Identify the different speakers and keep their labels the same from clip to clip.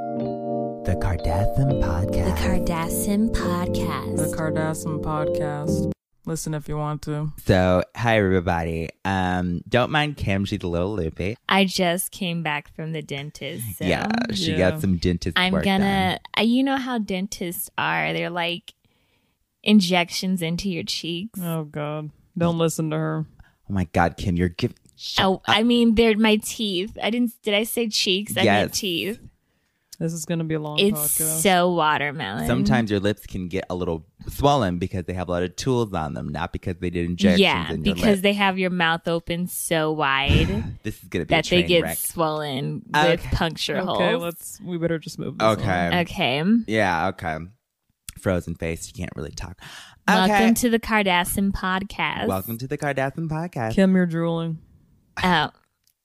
Speaker 1: The Cardassian
Speaker 2: The
Speaker 1: Podcast.
Speaker 2: Cardassian
Speaker 3: The
Speaker 2: Podcast.
Speaker 3: Cardassian podcast. Listen if you want to.
Speaker 1: so, hi everybody. Um, don't mind Kim; she's a little loopy.
Speaker 2: I just came back from the dentist. So
Speaker 1: yeah, she
Speaker 3: yeah.
Speaker 1: got some dentist
Speaker 2: I'm
Speaker 1: work done.
Speaker 2: gonna. I- You know how dentists are. They're like injections into your cheeks.
Speaker 3: Oh God! Don't listen to her.
Speaker 1: Oh my God, Kim, you're giving.
Speaker 2: Oh, I mean, they're my teeth. I didn't. Did I say cheeks? I meant
Speaker 1: Yes.
Speaker 2: teeth.
Speaker 3: This is gonna be a long
Speaker 2: It's
Speaker 3: podcast.
Speaker 2: so watermelon.
Speaker 1: Sometimes your lips can get a little swollen because they have a lot of tools on them, not because they did injections.
Speaker 2: yeah,
Speaker 1: in your
Speaker 2: because
Speaker 1: lip.
Speaker 2: they have your mouth open so wide
Speaker 1: this is gonna be
Speaker 2: that
Speaker 1: a
Speaker 2: they
Speaker 1: train
Speaker 2: get
Speaker 1: wreck.
Speaker 2: swollen with
Speaker 1: Okay.
Speaker 2: puncture
Speaker 3: okay,
Speaker 2: holes.
Speaker 3: let's. We better just move. This
Speaker 1: Okay.
Speaker 2: Okay.
Speaker 1: Yeah. Okay. Frozen face. You can't really talk. Okay.
Speaker 2: Welcome to the Cardassian Podcast.
Speaker 1: Welcome to the Cardassian
Speaker 3: On.
Speaker 1: Podcast.
Speaker 3: Kim, you're drooling.
Speaker 2: Oh,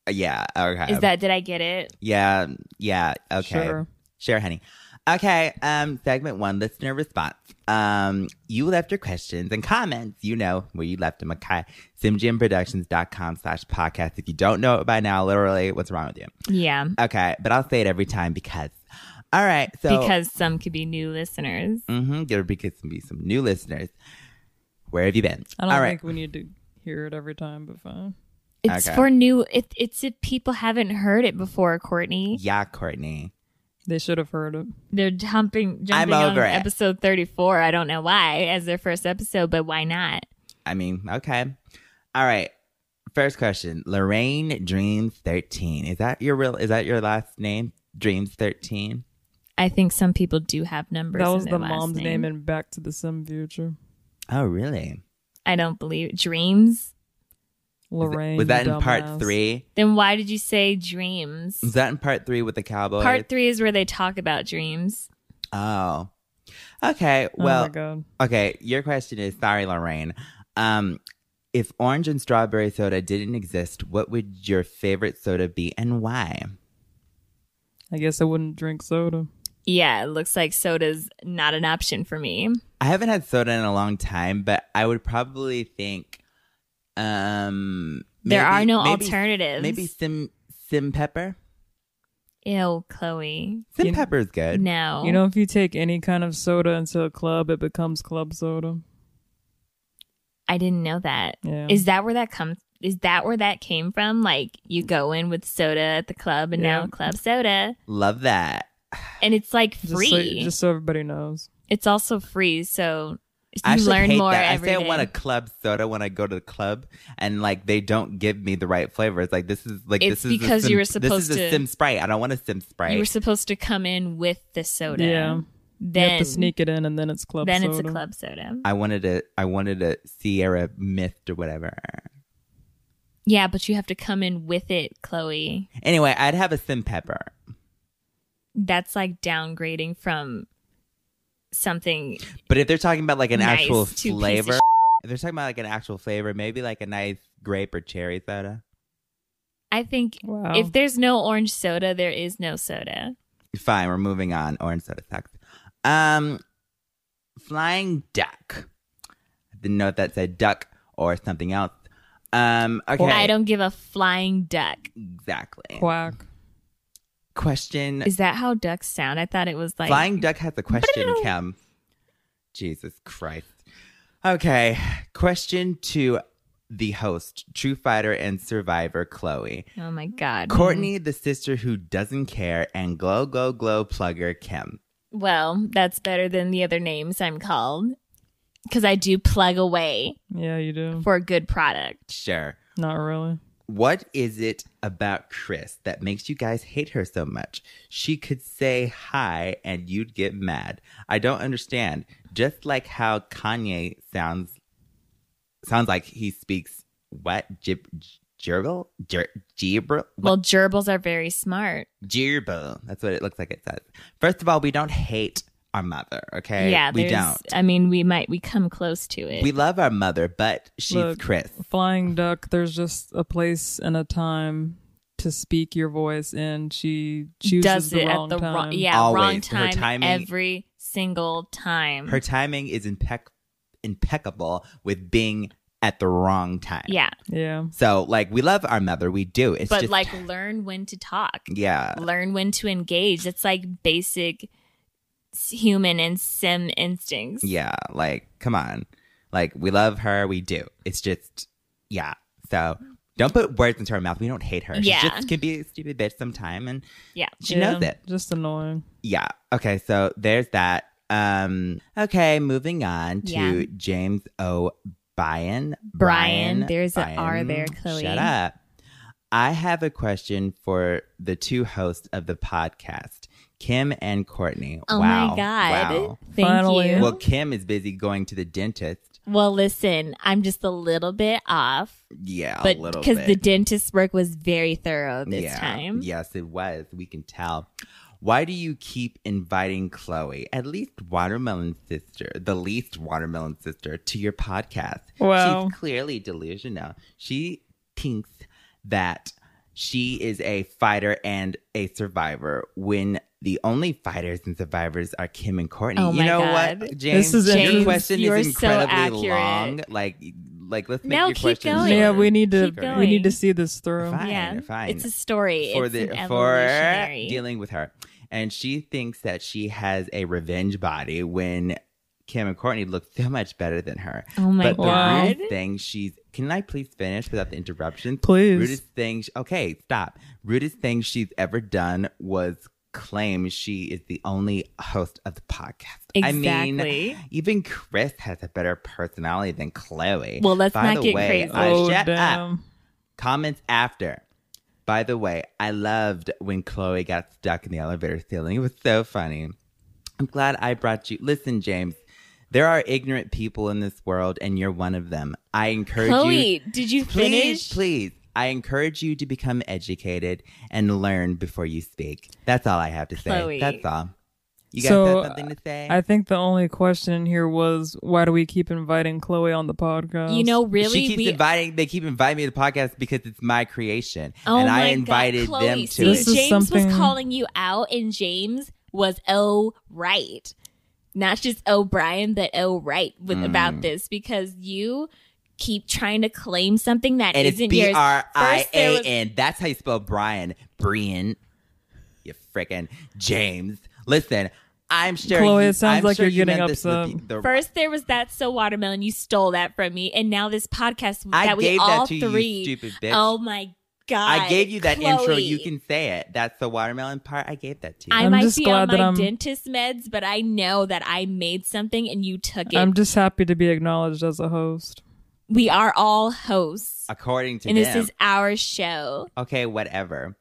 Speaker 1: yeah. Okay.
Speaker 2: is that? Did I get it?
Speaker 1: Yeah. Yeah. Okay.
Speaker 3: Sure.
Speaker 1: Sure, honey. Okay, um, segment one, listener response. Um, you left your questions and comments. You know where you left them. Okay. SimGymProductions.com slash podcast. If you don't know it by now, literally, what's wrong with you?
Speaker 2: Yeah.
Speaker 1: Okay, but I'll say it every time because. All right, so.
Speaker 2: because some could be new listeners.
Speaker 1: Mm-hmm, there be- could be some new listeners. Where have you been?
Speaker 3: I don't
Speaker 1: All right.
Speaker 3: think we need to hear it every time, but fine.
Speaker 2: It's
Speaker 1: Okay.
Speaker 2: for new. It, it's if people haven't heard it before, Courtney.
Speaker 1: yeah, Courtney.
Speaker 3: They should have heard it.
Speaker 2: They're jumping,
Speaker 1: I'm
Speaker 2: jumping on
Speaker 1: over it.
Speaker 2: episode thirty-four. I don't know why as their first episode, but why not?
Speaker 1: I mean, okay. All right. First question. Lorraine Dreams 13. Is that your real is that your last name? Dreams 13?
Speaker 2: I think some people do have numbers.
Speaker 3: That
Speaker 2: in
Speaker 3: was
Speaker 2: their
Speaker 3: the
Speaker 2: last
Speaker 3: mom's
Speaker 2: name.
Speaker 3: name in Back to the Sim Future.
Speaker 1: Oh, really?
Speaker 2: I don't believe dreams.
Speaker 3: Lorraine.
Speaker 1: Was that
Speaker 3: you
Speaker 1: in part
Speaker 3: dumbass.
Speaker 1: 3?
Speaker 2: Then why did you say dreams?
Speaker 1: Was that in part 3 with the cowboy?
Speaker 2: Part three is where they talk about dreams.
Speaker 1: Oh. Okay.
Speaker 3: oh
Speaker 1: Well,
Speaker 3: my God.
Speaker 1: okay, your question is sorry Lorraine. Um if orange and strawberry soda didn't exist, what would your favorite soda be and why?
Speaker 3: I guess I wouldn't drink soda.
Speaker 2: Yeah, it looks like soda's not an option for me.
Speaker 1: I haven't had soda in a long time, but I would probably think um
Speaker 2: there
Speaker 1: maybe-
Speaker 2: are no
Speaker 1: maybe-
Speaker 2: alternatives.
Speaker 1: Maybe sim sim pepper.
Speaker 2: Ew, Chloe.
Speaker 1: Sim
Speaker 3: You-
Speaker 1: pepper is good.
Speaker 2: No.
Speaker 3: You know, if you take any kind of soda into a club, it becomes club soda.
Speaker 2: I didn't know that. Is
Speaker 3: Yeah.
Speaker 2: that where that comes? Is that where that came from? Like you go in with soda at the club, and now
Speaker 3: Yeah.
Speaker 2: club soda,
Speaker 1: Love that.
Speaker 2: and it's like
Speaker 3: just
Speaker 2: free.
Speaker 3: So, just so everybody knows.
Speaker 2: it's also free, so you
Speaker 1: I actually
Speaker 2: learn
Speaker 1: hate
Speaker 2: more
Speaker 1: that.
Speaker 2: every
Speaker 1: I say I
Speaker 2: day.
Speaker 1: want a club soda when I go to the club, and like they don't give me the right flavor. It's like this is like
Speaker 2: It's
Speaker 1: this is a
Speaker 2: because
Speaker 1: sim,
Speaker 2: you were
Speaker 1: this
Speaker 2: supposed
Speaker 1: is a
Speaker 2: to-
Speaker 1: sim sprite. I don't want a sim
Speaker 2: You were
Speaker 1: sprite.
Speaker 2: supposed to come in with the soda.
Speaker 3: Yeah.
Speaker 2: Then
Speaker 3: you have to sneak it in, and then it's club
Speaker 2: then
Speaker 3: soda.
Speaker 2: it's a club soda.
Speaker 1: I wanted a I wanted a Sierra Mist or whatever.
Speaker 2: Yeah, but you have to come in with it, Chloe.
Speaker 1: Anyway, I'd have a sim pepper.
Speaker 2: That's like downgrading from something.
Speaker 1: But if they're talking about like an
Speaker 2: Nice
Speaker 1: actual
Speaker 2: two-piece of
Speaker 1: flavor,
Speaker 2: sh-
Speaker 1: if they're talking about like an actual flavor, maybe like a nice grape or cherry soda.
Speaker 2: I think
Speaker 3: Wow.
Speaker 2: if there's no orange soda, there is no soda.
Speaker 1: Fine, we're moving on. Orange soda sucks. Um, flying duck. I didn't know if that said duck or something else. Um, okay,
Speaker 2: I don't give a flying duck.
Speaker 1: exactly.
Speaker 3: Quack.
Speaker 1: Question:
Speaker 2: Is that how ducks sound? I thought it was like
Speaker 1: Flying duck has a question, Kim. Jesus Christ. Okay, question to the host, True Fighter and Survivor Chloe,
Speaker 2: Oh my god,
Speaker 1: Courtney, the sister who doesn't care, and Glow Glow Glow Plugger Kim.
Speaker 2: Well, that's better than the other names I'm called because I do plug away
Speaker 3: Yeah, you do.
Speaker 2: for a good product.
Speaker 1: Sure.
Speaker 3: Not really.
Speaker 1: What is it about Chris that makes you guys hate her so much? She could say hi and you'd get mad. I don't understand. Just like how Kanye sounds sounds like he speaks what gib gerbil Ger- gerbil
Speaker 2: Well, gerbils are very smart.
Speaker 1: gerbil. That's what it looks like it says. First of all, we don't hate our mother, okay?
Speaker 2: yeah,
Speaker 1: we
Speaker 2: there's-
Speaker 1: don't.
Speaker 2: I mean, we might we come close to it.
Speaker 1: We love our mother, but she's
Speaker 3: Look.
Speaker 1: Chris.
Speaker 3: Flying duck. There's just a place and a time to speak your voice, and she chooses
Speaker 2: Does
Speaker 3: the
Speaker 2: it
Speaker 3: wrong
Speaker 2: at the
Speaker 3: time.
Speaker 2: wrong yeah wrong
Speaker 1: Always. Her
Speaker 2: time
Speaker 1: timing-
Speaker 2: every single time.
Speaker 1: Her timing is impec- impeccable with being at the wrong time.
Speaker 2: Yeah.
Speaker 3: Yeah.
Speaker 1: So like we love our mother, we do. It's
Speaker 2: but
Speaker 1: just,
Speaker 2: like learn when to talk.
Speaker 1: yeah,
Speaker 2: Learn when to engage. It's like basic s- human and sim instincts.
Speaker 1: yeah. Like come on, like we love her, we do. It's just yeah. So don't put words into her mouth. We don't hate her. She
Speaker 2: Yeah.
Speaker 1: just can be a stupid bitch sometime, and
Speaker 2: Yeah.
Speaker 1: she
Speaker 3: Yeah,
Speaker 1: knows it.
Speaker 3: Just annoying.
Speaker 1: Yeah. Okay. So there's that. Um. Okay. Moving on to
Speaker 2: Yeah.
Speaker 1: James O. Bryan.
Speaker 2: Bryan. There's a R there, Chloe.
Speaker 1: Shut up. I have a question for the two hosts of the podcast, Kim and Courtney.
Speaker 2: Oh
Speaker 1: wow.
Speaker 2: my god.
Speaker 1: Wow.
Speaker 2: Thank
Speaker 3: Finally.
Speaker 2: you.
Speaker 1: Well,
Speaker 2: Well,
Speaker 1: Kim is busy going to the dentist.
Speaker 2: listen, I'm just a little bit off,
Speaker 1: Yeah, a
Speaker 2: but
Speaker 1: little
Speaker 2: because
Speaker 1: bit.
Speaker 2: the dentist work was very thorough this time.
Speaker 1: Yes, it was. We can tell. Why do you keep inviting Chloe, at least Watermelon Sister, the least Watermelon Sister, to your podcast?
Speaker 3: Wow.
Speaker 1: She's clearly delusional. She thinks that she is a fighter and a survivor when the only fighters and survivors are Kim and Courtney.
Speaker 2: Oh
Speaker 1: you
Speaker 2: my
Speaker 1: know what,
Speaker 2: God.
Speaker 1: James?
Speaker 3: This is
Speaker 1: your
Speaker 3: James,
Speaker 1: question
Speaker 2: you're
Speaker 1: is
Speaker 2: so
Speaker 1: incredibly
Speaker 2: accurate.
Speaker 1: long. Like, like let's make
Speaker 2: No,
Speaker 1: your
Speaker 2: keep
Speaker 1: question
Speaker 2: going.
Speaker 3: Yeah,
Speaker 1: shorter.
Speaker 3: we need to
Speaker 2: Oh, Keep
Speaker 3: we
Speaker 2: going.
Speaker 3: need to see this through.
Speaker 1: Fine,
Speaker 2: yeah,
Speaker 1: fine.
Speaker 2: it's a story.
Speaker 1: for
Speaker 2: it's
Speaker 1: the
Speaker 2: an
Speaker 1: for
Speaker 2: evolutionary.
Speaker 1: dealing with her. And she thinks that she has a revenge body when Kim and Courtney look so much better than her.
Speaker 2: oh my
Speaker 1: but
Speaker 2: god!
Speaker 1: the rude thing she's can I please finish without the interruption?
Speaker 3: Please.
Speaker 1: Rudest thing sh- okay, stop. Rudest thing she's ever done was claim she is the only host of the podcast. I mean
Speaker 2: Exactly.
Speaker 1: even Chris has a better personality than Chloe.
Speaker 2: Well, let's
Speaker 1: By the
Speaker 2: not get
Speaker 1: way,
Speaker 2: crazy.
Speaker 1: I
Speaker 3: Oh
Speaker 1: shut up
Speaker 3: damn.
Speaker 1: comments after. By the way, I loved when Chloe got stuck in the elevator ceiling. It was so funny. I'm glad I brought you. Listen, James, there are ignorant people in this world, and you're one of them. I encourage
Speaker 2: Chloe,
Speaker 1: you.
Speaker 2: did you
Speaker 1: Please,
Speaker 2: finish?
Speaker 1: please. I encourage you to become educated and learn before you speak. That's all I have to say.
Speaker 2: Chloe.
Speaker 1: That's all. You guys
Speaker 3: So,
Speaker 1: have something to say?
Speaker 3: I think the only question in here was why do we keep inviting Chloe on the podcast?
Speaker 2: You know, really,
Speaker 1: she keeps
Speaker 2: we
Speaker 1: inviting. They keep inviting me to the podcast because it's my creation,
Speaker 2: Oh
Speaker 1: and
Speaker 2: my
Speaker 1: I
Speaker 2: God,
Speaker 1: invited
Speaker 2: Chloe,
Speaker 1: them to
Speaker 2: see,
Speaker 1: it.
Speaker 3: This is
Speaker 2: James
Speaker 3: something-
Speaker 2: was calling you out, and James was oh right, not just O'Brien, but oh right with
Speaker 1: Mm.
Speaker 2: about this because you keep trying to claim something that
Speaker 1: and it's
Speaker 2: not
Speaker 1: B
Speaker 2: yours.
Speaker 1: R I
Speaker 2: First there
Speaker 1: A
Speaker 2: was-
Speaker 1: N. That's how you spell Brian. Brian. You frickin' James. Listen, I'm sure.
Speaker 3: Chloe,
Speaker 1: you-
Speaker 3: it sounds
Speaker 1: I'm
Speaker 3: like
Speaker 1: sure
Speaker 3: you're
Speaker 1: you
Speaker 3: getting
Speaker 1: meant this with
Speaker 3: upset.
Speaker 1: the- the-
Speaker 2: First, there was that so watermelon. You stole that from me, and now this podcast
Speaker 1: I
Speaker 2: that we
Speaker 1: gave
Speaker 2: all
Speaker 1: that to you,
Speaker 2: three.
Speaker 1: stupid bitch.
Speaker 2: Oh my god!
Speaker 1: I gave you that intro. You
Speaker 2: Chloe.
Speaker 1: can say it. That's the watermelon part. I gave that to you.
Speaker 2: I
Speaker 3: I'm
Speaker 2: might
Speaker 3: just
Speaker 2: be
Speaker 3: glad
Speaker 2: on
Speaker 3: that
Speaker 2: my
Speaker 3: I'm-
Speaker 2: dentist meds, but I know that I made something and you took it.
Speaker 3: I'm just happy to be acknowledged as a host.
Speaker 2: we are all hosts.
Speaker 1: According to
Speaker 2: and
Speaker 1: them.
Speaker 2: this is our show.
Speaker 1: okay, whatever.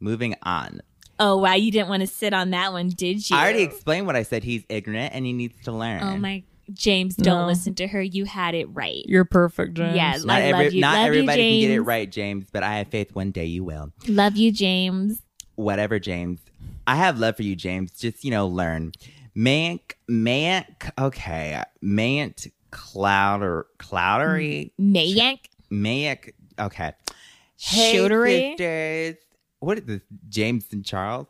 Speaker 1: Moving on.
Speaker 2: Oh wow, you didn't want to sit on that one, did you?
Speaker 1: I already explained what I said. He's ignorant and he needs to learn.
Speaker 2: Oh my, James, don't
Speaker 3: No.
Speaker 2: listen to her. You had it right.
Speaker 3: You're perfect, James.
Speaker 2: Yes.
Speaker 1: Not,
Speaker 2: I love you.
Speaker 1: not
Speaker 2: Love you,
Speaker 1: everybody can get it
Speaker 2: James.
Speaker 1: right, James, but I have faith one day you will.
Speaker 2: Love you, James.
Speaker 1: whatever, James. I have love for you, James. Just, you know, learn. Mank, Mank, okay. Mant Clouder, Cloudery,
Speaker 2: Mayank,
Speaker 1: Mank, okay.
Speaker 2: Shootery.
Speaker 1: sisters. What is this, James and Charles?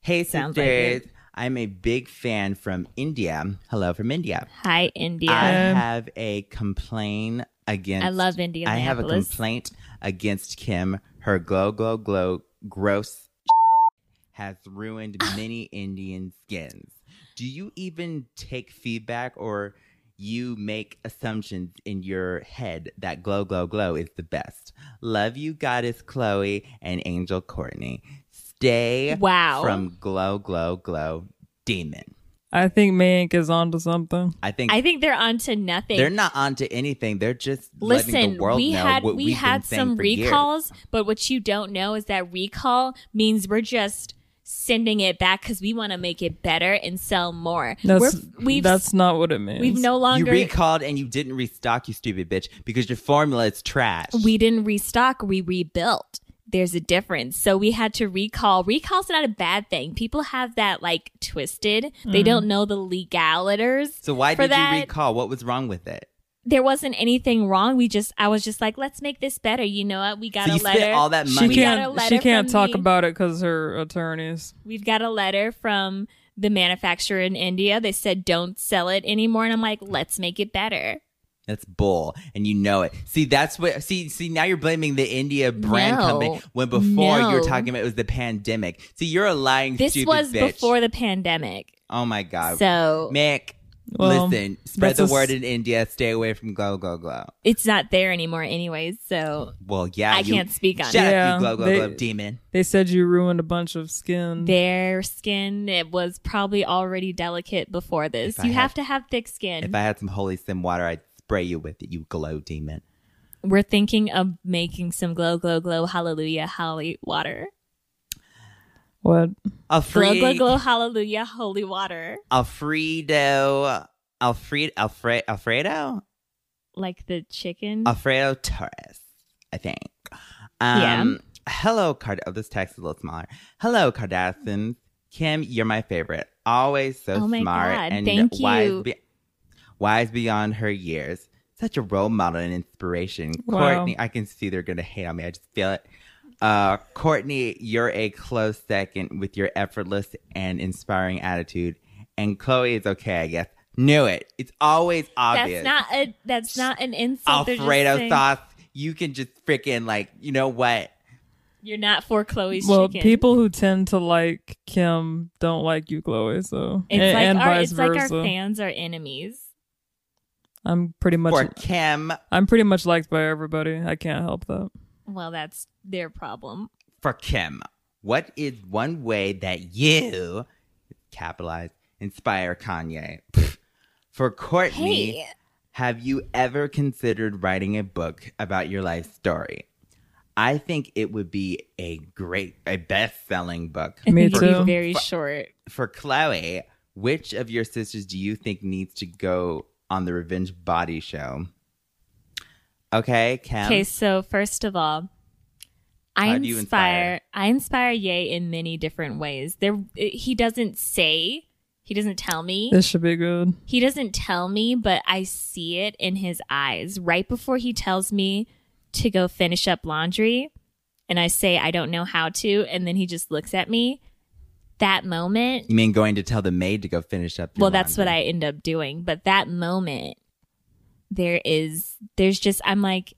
Speaker 1: Hey,
Speaker 2: Sounds like
Speaker 1: sisters.
Speaker 2: it.
Speaker 1: I'm a big fan from India. Hello from India.
Speaker 2: Hi, India.
Speaker 1: I
Speaker 2: I,
Speaker 3: Um,
Speaker 1: have a complaint against.
Speaker 2: love India.
Speaker 1: I have a complaint against Kim. Her glow, glow, glow, gross has ruined many Indian skins. Do you even take feedback or you make assumptions in your head that glow, glow, glow is the best? Love you, Goddess Chloe and Angel Courtney. Stay
Speaker 2: Wow.
Speaker 1: from glow, glow, glow, demon.
Speaker 3: I think Mank is onto something.
Speaker 1: I think
Speaker 2: I think they're onto nothing.
Speaker 1: they're not onto anything. They're just letting
Speaker 2: Listen,
Speaker 1: the world
Speaker 2: we
Speaker 1: know
Speaker 2: had
Speaker 1: what
Speaker 2: we
Speaker 1: we've
Speaker 2: had
Speaker 1: been saying
Speaker 2: some
Speaker 1: for years.
Speaker 2: recalls, but what you don't know is that recall means we're just sending it back because we want to make it better and sell more.
Speaker 3: That's
Speaker 2: we're, we've
Speaker 3: that's not what it means.
Speaker 2: we've no longer
Speaker 1: You recalled and you didn't restock, you stupid bitch, because your formula is trash.
Speaker 2: we didn't restock, we rebuilt. There's a difference. So we had to recall. Recall's not a bad thing. People have that like twisted. They don't know the legalities.
Speaker 1: so why
Speaker 2: for
Speaker 1: did
Speaker 2: that-
Speaker 1: you recall? What was wrong with it?
Speaker 2: There wasn't anything wrong. We just I was just like, let's make this better. You know what? We got
Speaker 1: So
Speaker 2: a
Speaker 1: you
Speaker 2: letter.
Speaker 1: spent all that
Speaker 3: she
Speaker 1: money.
Speaker 2: We got a
Speaker 3: can't she
Speaker 2: letter
Speaker 3: can't
Speaker 2: from
Speaker 3: talk
Speaker 2: me.
Speaker 3: about it because her attorneys.
Speaker 2: We've got a letter from the manufacturer in India. They said don't sell it anymore and I'm like, let's make it better.
Speaker 1: That's bull, and you know it. See, that's what. See, see, now you're blaming the India brand
Speaker 2: No.
Speaker 1: company when before you were
Speaker 2: No.
Speaker 1: talking about it was the pandemic. See, you're a lying.
Speaker 2: This
Speaker 1: stupid
Speaker 2: was
Speaker 1: bitch.
Speaker 2: before the pandemic.
Speaker 1: Oh my god,
Speaker 2: So
Speaker 1: Mick.
Speaker 3: Well,
Speaker 1: listen, spread
Speaker 3: that's
Speaker 1: the
Speaker 3: a s-
Speaker 1: word in India. Stay away from glow, glow, glow.
Speaker 2: it's not there anymore, anyways. So
Speaker 1: Well, yeah,
Speaker 2: I
Speaker 1: Ah, you-
Speaker 2: can't speak on
Speaker 1: Shut
Speaker 2: it.
Speaker 1: up,
Speaker 3: Yeah,
Speaker 1: you glow, glow,
Speaker 3: they-
Speaker 1: glow demon.
Speaker 3: They said you ruined a bunch of skin.
Speaker 1: Mm.
Speaker 2: Their skin it was probably already delicate before this.
Speaker 1: If I
Speaker 2: You
Speaker 1: had-
Speaker 2: have to have thick skin.
Speaker 1: If I had some holy sim water, I'd spray you with it. You glow demon.
Speaker 2: We're thinking of making some glow, glow, glow, hallelujah, holy water.
Speaker 3: what?
Speaker 1: A free,
Speaker 2: Glow, glow, glow, hallelujah, holy water.
Speaker 1: Alfredo, Alfred, Alfred, Alfredo,
Speaker 2: Like the chicken.
Speaker 1: Alfredo Torres, I think. Um, Hello, Card. Oh, this text is a little smaller. Hello, Kardashians. Kim, you're my favorite. Always so
Speaker 2: Oh my
Speaker 1: smart
Speaker 2: God,
Speaker 1: and
Speaker 2: thank
Speaker 1: wise,
Speaker 2: you.
Speaker 1: be- wise beyond her years. Such a role model and inspiration.
Speaker 3: Wow.
Speaker 1: Courtney, I can see they're gonna hate on me. I just feel it. Uh, Courtney, you're a close second with your effortless and inspiring attitude. And Chloe is okay, I guess. Knew it. It's always obvious.
Speaker 2: that's not a that's not an insult. They're just
Speaker 1: Alfredo
Speaker 2: saying,
Speaker 1: sauce. You can just freaking like, you know what?
Speaker 2: You're not for Chloe's
Speaker 3: Well,
Speaker 2: chicken.
Speaker 3: people who tend to like Kim don't like you, Chloe. So
Speaker 2: it's
Speaker 3: and,
Speaker 2: like
Speaker 3: and
Speaker 2: our
Speaker 3: vice
Speaker 2: it's
Speaker 3: versa.
Speaker 2: like our fans are enemies.
Speaker 3: I'm pretty much
Speaker 1: For Kim,
Speaker 3: I'm pretty much liked by everybody. I can't help that.
Speaker 2: Well, that's their problem.
Speaker 1: for Kim, what is one way that you capitalize inspire Kanye? Pfft. For Courtney,
Speaker 2: Hey,
Speaker 1: have you ever considered writing a book about your life story? I think it would be a great, a best-selling book.
Speaker 2: I
Speaker 3: Me
Speaker 2: think it'd
Speaker 3: too.
Speaker 2: be very short.
Speaker 1: For Chloe, which of your sisters do you think needs to go on the Revenge Body Show? Okay, Kim.
Speaker 2: Okay, so first of all, I
Speaker 1: How
Speaker 2: inspire,
Speaker 1: do you inspire?
Speaker 2: I inspire Ye in many different ways. There he doesn't say, he doesn't tell me.
Speaker 3: This should be good.
Speaker 2: He doesn't tell me, but I see it in his eyes right before he tells me to go finish up laundry. And I say, I don't know how to. And then he just looks at me. That moment,
Speaker 1: You mean going to tell the maid to go finish up? your
Speaker 2: well, that's what
Speaker 1: laundry?
Speaker 2: I end up doing. But that moment, there is, there's just, I'm like,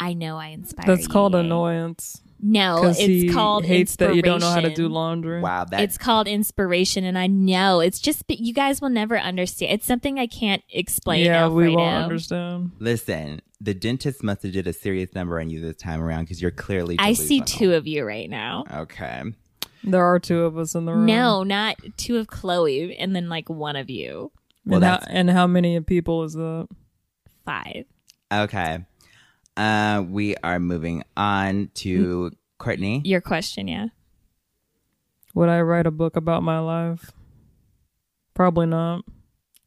Speaker 2: I know I inspire.
Speaker 3: That's
Speaker 2: you,
Speaker 3: called
Speaker 2: Ye.
Speaker 3: annoyance
Speaker 2: No,
Speaker 3: because
Speaker 2: it's
Speaker 3: he
Speaker 2: called
Speaker 3: hates that you don't know how to do
Speaker 2: inspiration.
Speaker 3: laundry.
Speaker 1: Wow, that
Speaker 2: it's called inspiration, and I know it's just, but you guys will never understand. It's something I can't explain.
Speaker 3: yeah, we
Speaker 2: Alfredo.
Speaker 3: won't understand.
Speaker 1: listen. The dentist must have did a serious number on you this time around because you're clearly.
Speaker 2: I see two
Speaker 1: delusional.
Speaker 2: of you right now.
Speaker 1: Okay,
Speaker 3: There are two of us in the room.
Speaker 2: No, not two of Chloe, and then like one of you.
Speaker 1: Well,
Speaker 3: and, how,
Speaker 1: that's-
Speaker 3: and how many people is that?
Speaker 2: Five.
Speaker 1: okay. Uh, we are moving on to Courtney.
Speaker 2: Your question, Mm. yeah.
Speaker 3: Would I write a book about my life? Probably not.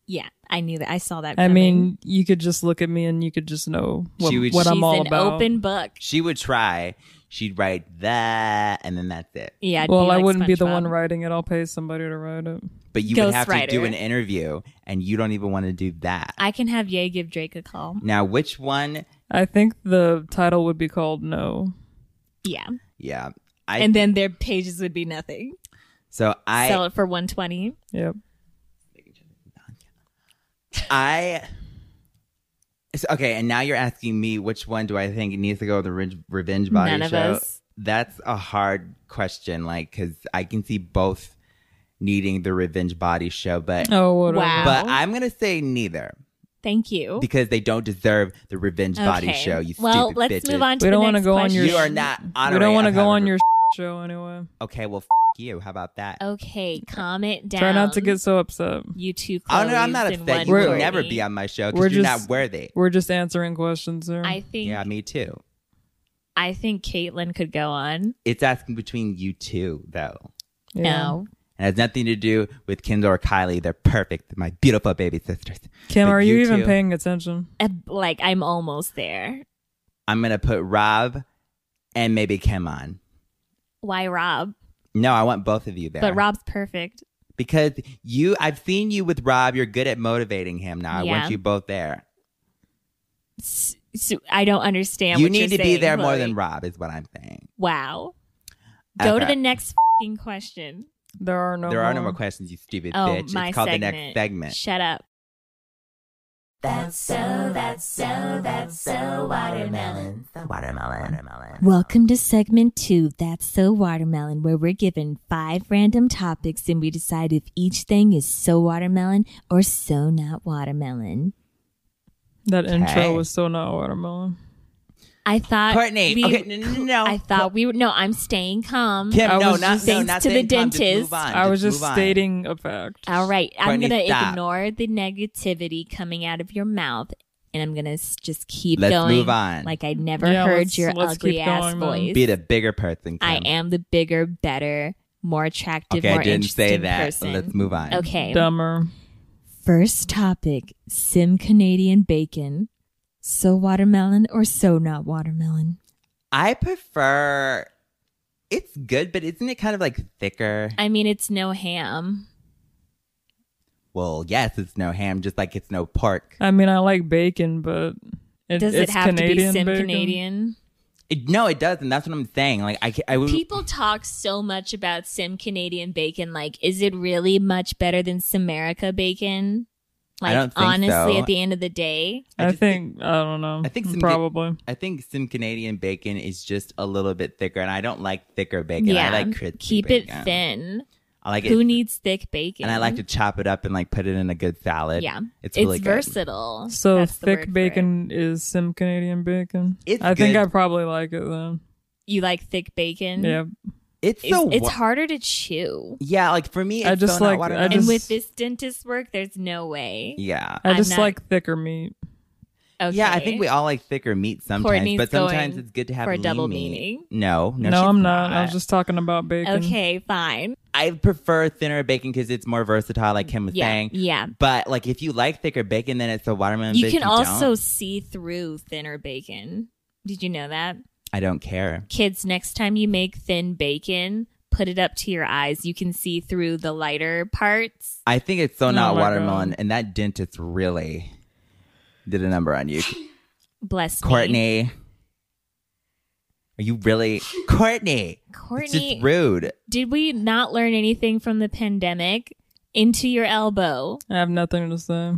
Speaker 2: Yeah, I knew that. I saw that.
Speaker 3: I
Speaker 2: coming.
Speaker 3: mean, you could just look at me and you could just know what,
Speaker 1: She would-
Speaker 3: what
Speaker 2: she's
Speaker 3: I'm all
Speaker 2: an
Speaker 3: about.
Speaker 2: open book.
Speaker 1: She would try. She'd write that, and then that's it.
Speaker 2: Yeah. I'd
Speaker 3: well,
Speaker 2: be
Speaker 3: I
Speaker 2: like
Speaker 3: wouldn't be the one
Speaker 2: SpongeBob.
Speaker 3: writing it. I'll pay somebody to write it.
Speaker 1: But you would have to do
Speaker 2: Ghostwriter.
Speaker 1: an interview, and you don't even want to do that.
Speaker 2: I can have Ye give Drake a call.
Speaker 1: now, which one?
Speaker 3: I think the title would be called No.
Speaker 2: Yeah,
Speaker 1: Yeah, I.
Speaker 2: and then their pages would be nothing.
Speaker 1: so I.
Speaker 2: Sell it for one twenty.
Speaker 3: Yep.
Speaker 1: I. So, okay, and now you're asking me which one do I think needs to go with the revenge, revenge body
Speaker 2: None of
Speaker 1: show?
Speaker 2: us.
Speaker 1: That's a hard question, like because I can see both needing the revenge body show, but
Speaker 3: Oh, whatever.
Speaker 2: Wow.
Speaker 1: but I'm gonna say neither
Speaker 2: Thank you.
Speaker 1: because they don't deserve the revenge body
Speaker 2: Okay.
Speaker 1: show. You
Speaker 2: well,
Speaker 1: stupid
Speaker 2: let's
Speaker 1: bitches.
Speaker 2: move on to
Speaker 3: We
Speaker 2: the
Speaker 3: don't wanna
Speaker 2: next
Speaker 3: go on
Speaker 2: question.
Speaker 3: your
Speaker 1: You are not
Speaker 3: we
Speaker 1: honoring.
Speaker 3: don't want to
Speaker 1: of
Speaker 3: go
Speaker 1: how
Speaker 3: on
Speaker 1: the-
Speaker 3: your show anyway.
Speaker 1: Okay, well, f- you. How about that?
Speaker 2: Okay, calm it down.
Speaker 3: Try not to get so upset.
Speaker 2: you two.
Speaker 1: Oh no, I'm
Speaker 2: Chloes
Speaker 1: not
Speaker 2: and
Speaker 1: upset.
Speaker 2: one
Speaker 1: You will
Speaker 3: word.
Speaker 1: never be
Speaker 2: Courtney.
Speaker 1: on my show
Speaker 3: We're
Speaker 1: because you're
Speaker 3: just-
Speaker 1: not worthy.
Speaker 3: We're just answering questions here.
Speaker 2: I think.
Speaker 1: Yeah, me too.
Speaker 2: I think Caitlyn could go on.
Speaker 1: It's asking between you two though.
Speaker 2: No,
Speaker 1: and has nothing to do with Kendall or Kylie. They're perfect, my beautiful baby sisters.
Speaker 3: Kim,
Speaker 1: But
Speaker 3: are
Speaker 1: you
Speaker 3: you even
Speaker 1: two-
Speaker 3: paying attention?
Speaker 2: Uh, like I'm almost there.
Speaker 1: I'm gonna put Rob and maybe Kim on.
Speaker 2: Why Rob?
Speaker 1: No, I want both of you there.
Speaker 2: But Rob's perfect.
Speaker 1: because you, I've seen you with Rob. You're good at motivating him. Now I
Speaker 2: Yeah.
Speaker 1: want you both there.
Speaker 2: S- So I don't understand.
Speaker 1: you
Speaker 2: what
Speaker 1: need
Speaker 2: you're
Speaker 1: to be
Speaker 2: saying,
Speaker 1: there more
Speaker 2: Chloe.
Speaker 1: than Rob, is what I'm saying.
Speaker 2: Wow. Go to
Speaker 1: Okay.
Speaker 2: the next fing question.
Speaker 3: There are no
Speaker 1: there are no more
Speaker 3: questions.
Speaker 1: questions, you stupid
Speaker 2: Oh,
Speaker 1: bitch.
Speaker 2: my
Speaker 1: It's called
Speaker 2: segment.
Speaker 1: the next segment.
Speaker 2: Shut up.
Speaker 4: That's so, that's so, that's so watermelon. The watermelon. Watermelon.
Speaker 2: Welcome to segment two, That's So Watermelon, where we're given five random topics and we decide if each thing is so watermelon or so not watermelon.
Speaker 3: That
Speaker 1: Okay.
Speaker 3: intro was so not watermelon.
Speaker 2: I thought
Speaker 1: Courtney,
Speaker 2: we-
Speaker 1: okay, no, no, no, no.
Speaker 2: I thought we were no. I'm staying calm.
Speaker 1: Kim,
Speaker 3: I
Speaker 1: no,
Speaker 3: was
Speaker 1: not,
Speaker 3: just-
Speaker 1: no,
Speaker 2: Thanks
Speaker 1: not
Speaker 2: to the
Speaker 1: saying come, just
Speaker 2: dentist.
Speaker 1: move on,
Speaker 3: I was just
Speaker 1: move on.
Speaker 3: stating a fact.
Speaker 2: All right, I'm
Speaker 1: Courtney,
Speaker 2: gonna
Speaker 1: stop.
Speaker 2: ignore the negativity coming out of your mouth, and I'm gonna s- just keep
Speaker 1: Let's
Speaker 2: going.
Speaker 1: move on.
Speaker 2: Like I never
Speaker 3: Yeah,
Speaker 2: heard
Speaker 3: let's-
Speaker 2: your
Speaker 3: let's
Speaker 2: ugly
Speaker 3: keep
Speaker 2: ass
Speaker 3: going, Mom.
Speaker 2: voice.
Speaker 1: Be the bigger person. Kim.
Speaker 2: I am the bigger, better, more attractive,
Speaker 1: Okay,
Speaker 2: more
Speaker 1: I didn't say
Speaker 2: interesting
Speaker 1: that. So
Speaker 2: person.
Speaker 1: let's move on.
Speaker 2: Okay.
Speaker 3: Dumber.
Speaker 2: First topic: Sim Canadian bacon. So watermelon or so not watermelon?
Speaker 1: I prefer. It's good, but isn't it kind of like thicker?
Speaker 2: I mean, it's no ham.
Speaker 1: Well, yes, it's no ham, just like it's no pork.
Speaker 3: I mean, I like bacon, but it,
Speaker 2: Does it
Speaker 3: it's
Speaker 2: have
Speaker 3: Canadian
Speaker 2: to be Sim
Speaker 3: bacon.
Speaker 2: Canadian?
Speaker 1: It, no, it doesn't. That's what I'm saying. Like I, ca- I would.
Speaker 2: People talk so much about Sim Canadian bacon. Like, is it really much better than Samerica bacon?
Speaker 1: I
Speaker 2: Like,
Speaker 1: don't think
Speaker 2: honestly,
Speaker 1: so.
Speaker 2: at the end of the day,
Speaker 1: I
Speaker 3: I,
Speaker 1: just
Speaker 3: think, I don't know.
Speaker 1: I think Sim-
Speaker 3: probably.
Speaker 1: I think some Canadian bacon is just a little bit thicker, and I don't like thicker bacon.
Speaker 2: yeah,
Speaker 1: I like crispy
Speaker 2: keep
Speaker 1: bacon.
Speaker 2: it thin.
Speaker 1: I like
Speaker 2: Who
Speaker 1: it,
Speaker 2: needs thick bacon?
Speaker 1: and I like to chop it up and like put it in a good salad.
Speaker 2: Yeah,
Speaker 1: it's really good.
Speaker 2: versatile.
Speaker 3: So
Speaker 2: That's the word for
Speaker 3: thick
Speaker 2: it.
Speaker 3: bacon is some Canadian bacon.
Speaker 1: It's
Speaker 3: I think
Speaker 1: good.
Speaker 3: I probably like it then.
Speaker 2: You like thick bacon?
Speaker 3: Yeah,
Speaker 1: It's
Speaker 2: It's,
Speaker 1: so
Speaker 2: it's
Speaker 1: wa-
Speaker 2: harder to chew.
Speaker 1: Yeah, like for me, it's
Speaker 3: I just
Speaker 1: so not
Speaker 3: like- I
Speaker 1: watermelon.
Speaker 3: just-
Speaker 2: and with this dentist work, there's no way.
Speaker 1: yeah.
Speaker 3: I
Speaker 2: I'm
Speaker 3: just
Speaker 2: not-
Speaker 3: like thicker meat.
Speaker 2: Okay.
Speaker 1: Yeah, I think we all like thicker meat sometimes,
Speaker 2: Courtney's
Speaker 1: but sometimes
Speaker 2: going
Speaker 1: it's good to have
Speaker 2: for a
Speaker 1: lean
Speaker 2: double
Speaker 1: meat.
Speaker 2: meaning.
Speaker 1: No, no,
Speaker 3: No,
Speaker 1: she's
Speaker 3: I'm not. I was just talking about bacon.
Speaker 2: Okay, fine.
Speaker 1: I prefer thinner bacon because it's more versatile, like Kim was
Speaker 2: Yeah,
Speaker 1: saying.
Speaker 2: yeah.
Speaker 1: But like, if you like thicker bacon, then it's a watermelon. but
Speaker 2: You
Speaker 1: if
Speaker 2: can also
Speaker 1: don't,
Speaker 2: see through thinner bacon. Did you know that?
Speaker 1: I don't care.
Speaker 2: Kids, next time you make thin bacon, put it up to your eyes. You can see through the lighter parts.
Speaker 1: I think it's so not
Speaker 3: Oh my
Speaker 1: watermelon, and that dentist really did a number on you,
Speaker 2: Bless me.
Speaker 1: Courtney. Are you really Courtney? It's
Speaker 2: Courtney,
Speaker 1: just rude.
Speaker 2: did we not learn anything from the pandemic? Into your elbow.
Speaker 3: I have nothing to say.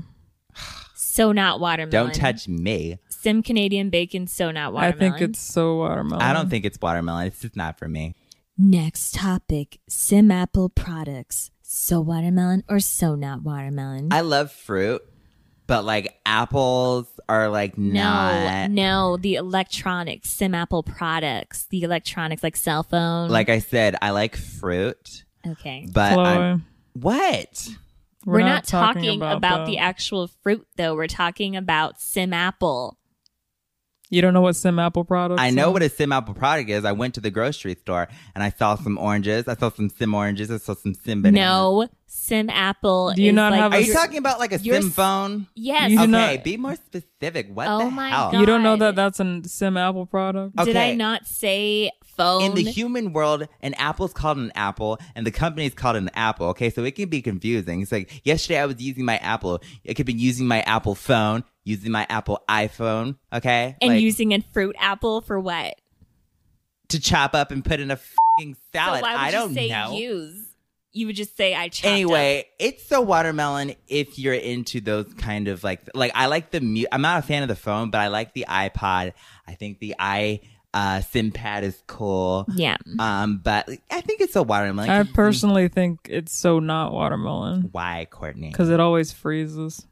Speaker 2: So not watermelon.
Speaker 1: Don't touch me.
Speaker 2: Sim Canadian bacon, so not watermelon.
Speaker 3: I think it's so watermelon.
Speaker 1: I don't think it's watermelon. It's just not for me.
Speaker 2: Next topic Sim Apple products. So watermelon or so not watermelon?
Speaker 1: I love fruit, but like apples are like
Speaker 2: no,
Speaker 1: not.
Speaker 2: no, the electronics, Sim Apple products, the electronics like cell phone.
Speaker 1: Like I said, I like fruit,
Speaker 2: okay.
Speaker 1: but
Speaker 3: Chloe,
Speaker 1: I'm- what?
Speaker 2: We're, not, talking, about, the actual fruit though. We're talking about Sim Apple.
Speaker 3: You don't know what Sim Apple products?
Speaker 1: I know
Speaker 3: are?
Speaker 1: what a sim apple product is. I went to the grocery store and I saw some oranges. I saw some sim oranges. I saw some sim bananas.
Speaker 2: No, Sim Apple
Speaker 3: Do you
Speaker 2: is
Speaker 3: not
Speaker 2: like
Speaker 3: have a-
Speaker 1: Are you
Speaker 3: You're-
Speaker 1: talking about like a
Speaker 2: you're
Speaker 1: sim
Speaker 2: s-
Speaker 1: phone?
Speaker 2: Yes.
Speaker 3: You do
Speaker 1: okay,
Speaker 3: not-
Speaker 1: be more specific. What
Speaker 2: Oh
Speaker 1: the
Speaker 2: my
Speaker 1: hell?
Speaker 2: God.
Speaker 3: You don't know
Speaker 2: God.
Speaker 3: that that's a Sim Apple product.
Speaker 2: Did I
Speaker 1: okay.
Speaker 2: not say phone?
Speaker 1: In the human world, an apple's called an apple and the company's called an apple. Okay, so it can be confusing. It's like yesterday I was using my Apple. It could be using my Apple phone, using my Apple iPhone, okay?
Speaker 2: and
Speaker 1: Like,
Speaker 2: using a fruit apple for what?
Speaker 1: to chop up and put in a fing salad.
Speaker 2: So why would
Speaker 1: I don't
Speaker 2: you say
Speaker 1: know.
Speaker 2: use? You would just say I chopped up.
Speaker 1: Anyway, it's so watermelon if you're into those kind of like like I like the mu- I'm not a fan of the phone, but I like the iPod. I think the i uh SimPad is cool.
Speaker 2: Yeah.
Speaker 1: Um, but I think it's a watermelon.
Speaker 3: I
Speaker 1: 'cause it's-
Speaker 3: personally think it's so not watermelon
Speaker 1: why Courtney?
Speaker 3: because it always freezes.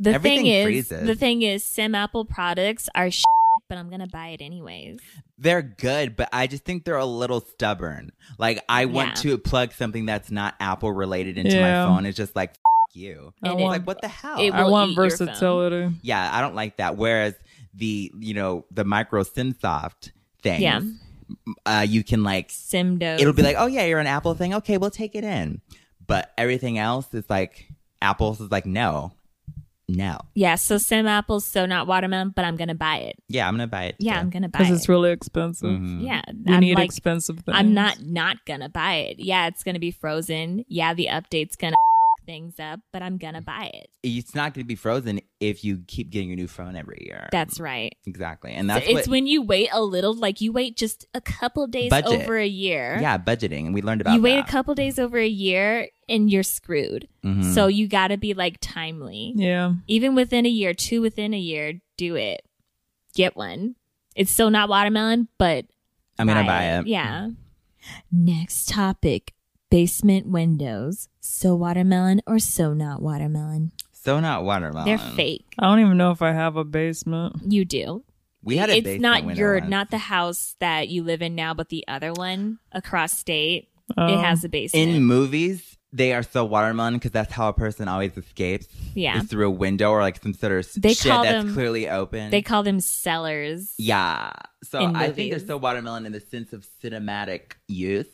Speaker 2: The
Speaker 1: Everything
Speaker 2: thing is,
Speaker 1: freezes.
Speaker 2: the thing is, Sim Apple products are shit, but I'm gonna buy it anyways.
Speaker 1: They're good, but I just think they're a little stubborn. Like I want
Speaker 2: Yeah.
Speaker 1: to plug something that's not Apple related into
Speaker 3: Yeah.
Speaker 1: my phone. It's just like F- you.
Speaker 3: I
Speaker 2: And
Speaker 1: It's
Speaker 2: it-
Speaker 1: like what the hell?
Speaker 2: it
Speaker 3: I
Speaker 2: will
Speaker 3: want
Speaker 2: eat your
Speaker 3: versatility.
Speaker 1: yeah, I don't like that. Whereas the you know the micro SimSoft thing,
Speaker 2: Yeah.
Speaker 1: uh, you can like
Speaker 2: Sim dose.
Speaker 1: it'll be like, oh yeah, you're an Apple thing. Okay, we'll take it in. But everything else is like Apple's is like no, no.
Speaker 2: yeah. So Sim Apple's so not watermelon, but I'm gonna buy it.
Speaker 1: Yeah, I'm gonna buy it.
Speaker 2: Yeah, I'm gonna buy
Speaker 3: Because
Speaker 2: it.
Speaker 3: it's really expensive.
Speaker 1: Mhm.
Speaker 2: yeah,
Speaker 3: You
Speaker 2: I'm
Speaker 3: need
Speaker 2: like,
Speaker 3: expensive things.
Speaker 2: I'm not not gonna buy it. Yeah, it's gonna be frozen. Yeah, the update's gonna things up, but I'm gonna buy it.
Speaker 1: It's not going to be frozen if you keep getting your new phone every year.
Speaker 2: That's right.
Speaker 1: exactly, and that's
Speaker 2: it's
Speaker 1: what.
Speaker 2: when you wait a little, like you wait just a couple days
Speaker 1: Budget.
Speaker 2: over a year.
Speaker 1: yeah, budgeting, and we learned about
Speaker 2: you wait
Speaker 1: that.
Speaker 2: a couple days over a year and you're screwed.
Speaker 1: Mhm.
Speaker 2: So you got to be like timely.
Speaker 3: Yeah.
Speaker 2: Even within a year, two within a year, do it. Get one. It's still not watermelon, but
Speaker 1: I'm gonna buy it.
Speaker 2: Yeah. Next topic basement windows. So watermelon or so not watermelon?
Speaker 1: So not watermelon.
Speaker 2: They're fake.
Speaker 3: I don't even know if I have a basement.
Speaker 2: You do.
Speaker 1: We had a
Speaker 2: it's
Speaker 1: basement
Speaker 2: not
Speaker 1: window
Speaker 2: your,
Speaker 1: once.
Speaker 2: not the house that you live in now, but the other one across state.
Speaker 3: Oh.
Speaker 2: it has a basement.
Speaker 1: in movies. They are so watermelon because that's how a person always escapes.
Speaker 2: Yeah.
Speaker 1: is through a window or like some sort of
Speaker 2: They
Speaker 1: shed
Speaker 2: call
Speaker 1: that's
Speaker 2: them-
Speaker 1: clearly open.
Speaker 2: they call them cellars.
Speaker 1: Yeah. So
Speaker 2: in
Speaker 1: I think they're
Speaker 2: movies.
Speaker 1: so watermelon in the sense of cinematic use,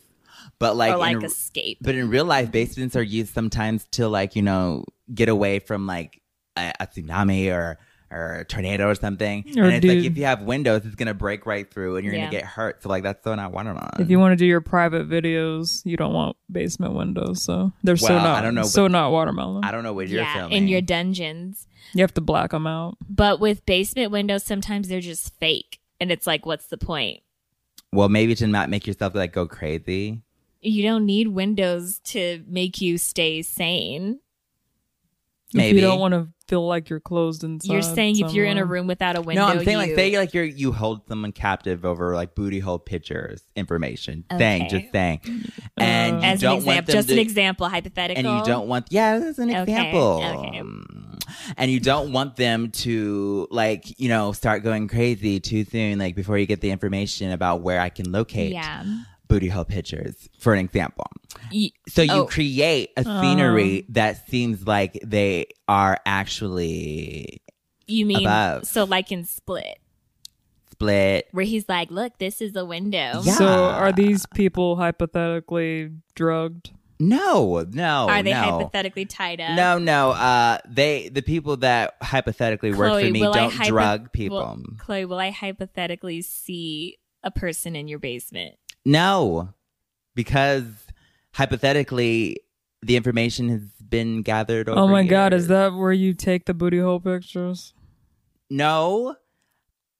Speaker 1: but like,
Speaker 2: or like
Speaker 1: in,
Speaker 2: escape.
Speaker 1: but in real life, basements are used sometimes to like you know get away from like a, a tsunami or or a tornado or something.
Speaker 3: Or
Speaker 1: and it's
Speaker 3: Oh, dude-
Speaker 1: like if you have windows, it's gonna break right through and you're
Speaker 2: Yeah.
Speaker 1: gonna get hurt. So like that's so not watermelon.
Speaker 3: If you want to do your private videos, you don't want basement windows, so they're so
Speaker 1: Well,
Speaker 3: not.
Speaker 1: I don't know,
Speaker 3: So not watermelon.
Speaker 1: I don't know what you're
Speaker 2: yeah,
Speaker 1: filming.
Speaker 2: in your dungeons.
Speaker 3: you have to black them out.
Speaker 2: But with basement windows, sometimes they're just fake, and it's like, what's the point?
Speaker 1: well, maybe to not make yourself like go crazy.
Speaker 2: You don't need windows to make you stay sane.
Speaker 1: Maybe
Speaker 3: If you don't want to feel like you're closed inside.
Speaker 2: You're saying if you're in a
Speaker 3: somewhere.
Speaker 2: room without a window,
Speaker 1: No, I'm saying like
Speaker 2: you-
Speaker 1: say like you're you hold someone captive over like booty hole pictures information. Saying,
Speaker 2: Okay.
Speaker 1: just saying.
Speaker 3: Mm-hmm.
Speaker 1: And you
Speaker 2: as an
Speaker 1: don't want
Speaker 2: example,
Speaker 1: them
Speaker 2: just
Speaker 1: to,
Speaker 2: an example, hypothetical.
Speaker 1: and you don't want yeah, that's an
Speaker 2: Okay,
Speaker 1: example.
Speaker 2: okay.
Speaker 1: Um, And you don't want them to like, you know, start going crazy too soon, like before you get the information about where I can locate
Speaker 2: Yeah.
Speaker 1: booty hole pictures, for an example.
Speaker 2: Y-
Speaker 1: So you
Speaker 2: Oh.
Speaker 1: create a scenery that seems like they are actually
Speaker 2: You mean
Speaker 1: Above.
Speaker 2: so like in Split,
Speaker 1: split.
Speaker 2: where he's like, "Look, this is a window."
Speaker 1: Yeah.
Speaker 3: So are these people hypothetically drugged?
Speaker 1: No, no.
Speaker 2: Are they
Speaker 1: Oh, no.
Speaker 2: hypothetically tied up?
Speaker 1: No, no. Uh, they the people that hypothetically work
Speaker 2: Chloe,
Speaker 1: for me
Speaker 2: will I
Speaker 1: don't
Speaker 2: hypo-
Speaker 1: drug people.
Speaker 2: Well, Chloe, will I hypothetically see a person in your basement?
Speaker 1: no, because hypothetically the information has been gathered. Over
Speaker 3: oh my god,
Speaker 1: years.
Speaker 3: is that where you take the booty hole pictures?
Speaker 1: no?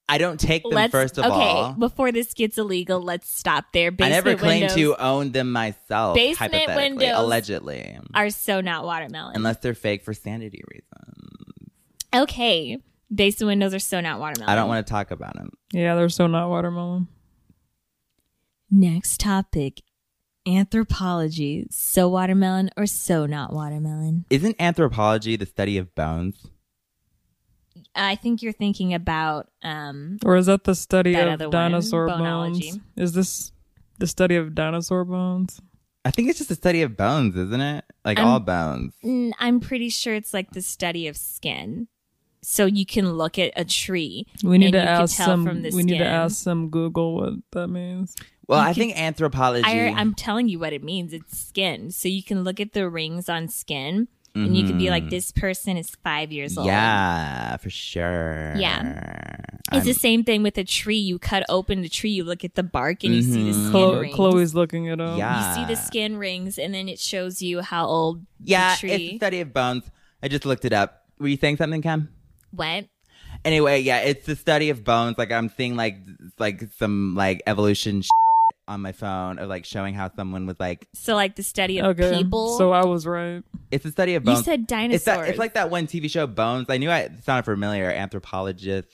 Speaker 1: I don't take them
Speaker 2: let's
Speaker 1: first of
Speaker 2: okay,
Speaker 1: all.
Speaker 2: before this gets illegal, let's stop there.
Speaker 1: I
Speaker 2: Basement
Speaker 1: never claim
Speaker 2: windows
Speaker 1: to own them myself.
Speaker 2: Basement
Speaker 1: hypothetically,
Speaker 2: windows
Speaker 1: allegedly,
Speaker 2: are so not watermelon.
Speaker 1: unless they're fake for sanity reasons.
Speaker 2: okay, basement windows are so not watermelon.
Speaker 1: I don't want to talk about them.
Speaker 3: Yeah, they're so not watermelon.
Speaker 2: Next topic: anthropology. So watermelon or so not watermelon?
Speaker 1: Isn't anthropology the study of bones?
Speaker 2: I think you're thinking about um,
Speaker 3: Or is that the study
Speaker 2: That other
Speaker 3: of
Speaker 2: one,
Speaker 3: dinosaur
Speaker 2: boneology.
Speaker 3: bones? Is this the study of dinosaur bones?
Speaker 1: I think it's just a study of bones, isn't it? Like
Speaker 2: Um,
Speaker 1: all bones.
Speaker 2: Mm, I'm pretty sure it's like the study of skin. So you can look at a tree.
Speaker 3: We
Speaker 2: and
Speaker 3: need to
Speaker 2: you can
Speaker 3: ask
Speaker 2: tell
Speaker 3: some.
Speaker 2: from the
Speaker 3: we need to
Speaker 2: skin.
Speaker 3: ask some Google what that means.
Speaker 1: Well, I think anthropology.
Speaker 2: I, I'm telling you what it means. It's skin. So you can look at the rings on skin, and you can be like, "This person is five years old."
Speaker 1: Mm. yeah, for sure.
Speaker 2: Yeah. it's
Speaker 1: I'm-
Speaker 2: the same thing with a tree. You cut open the tree, you look at the bark, and you see the
Speaker 1: Mhm.
Speaker 2: skin
Speaker 3: Chlo-
Speaker 2: rings.
Speaker 3: Chloe's looking it up.
Speaker 1: Yeah.
Speaker 2: You see the skin rings, and then it shows you how old
Speaker 1: yeah,
Speaker 2: the
Speaker 1: it's a
Speaker 2: tree.
Speaker 1: study of bones. I just looked it up. Were you saying something, Cam?
Speaker 2: what?
Speaker 1: Anyway, yeah, it's the study of bones. Like I'm seeing like like some like evolution shit on my phone of like showing how someone was like
Speaker 2: So like the study of
Speaker 3: Okay.
Speaker 2: people.
Speaker 3: So I was right.
Speaker 1: it's a study of
Speaker 2: you
Speaker 1: bones.
Speaker 2: said dinosaurs.
Speaker 1: it's that, it's like that one TV show Bones. I knew I it sounded familiar. Anthropologist.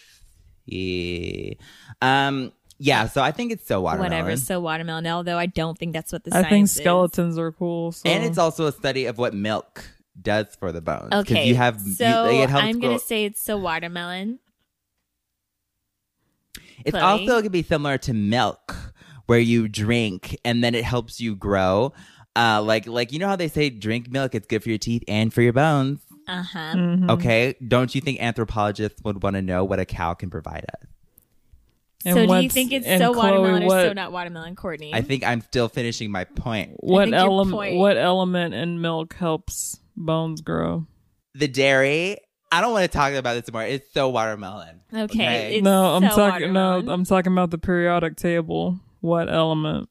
Speaker 1: Yeah. Um. Yeah. So I think it's so watermelon.
Speaker 2: whatever. So watermelon. Although I don't think that's what the
Speaker 3: I
Speaker 2: science
Speaker 3: think
Speaker 2: is.
Speaker 3: skeletons are cool. So.
Speaker 1: And it's also a study of what milk does for the bones. 'Cause
Speaker 2: Okay.
Speaker 1: you have you-
Speaker 2: so
Speaker 1: it helps
Speaker 2: I'm
Speaker 1: grow-
Speaker 2: gonna say it's so watermelon.
Speaker 1: it's
Speaker 2: Chloe.
Speaker 1: also going to be similar to milk, where you drink and then it helps you grow. Uh, like like you know how they say drink milk, it's good for your teeth and for your bones.
Speaker 2: Uh huh.
Speaker 3: Mhm.
Speaker 1: Okay, don't you think anthropologists would want to know what a cow can provide us?
Speaker 3: And
Speaker 2: so do you
Speaker 3: what's-
Speaker 2: think it's
Speaker 3: and
Speaker 2: so
Speaker 3: Chloe,
Speaker 2: watermelon or so
Speaker 3: what-
Speaker 2: not watermelon, Courtney?
Speaker 1: I think I'm still finishing my point.
Speaker 3: What
Speaker 2: think your
Speaker 3: element?
Speaker 2: point-
Speaker 3: What element in milk helps bones grow?
Speaker 1: The dairy. I don't want to talk about this anymore. It's so watermelon.
Speaker 2: Okay, it's-
Speaker 3: no, I'm
Speaker 2: so
Speaker 3: talking.
Speaker 2: watermelon.
Speaker 3: No, I'm talking about the periodic table. What element?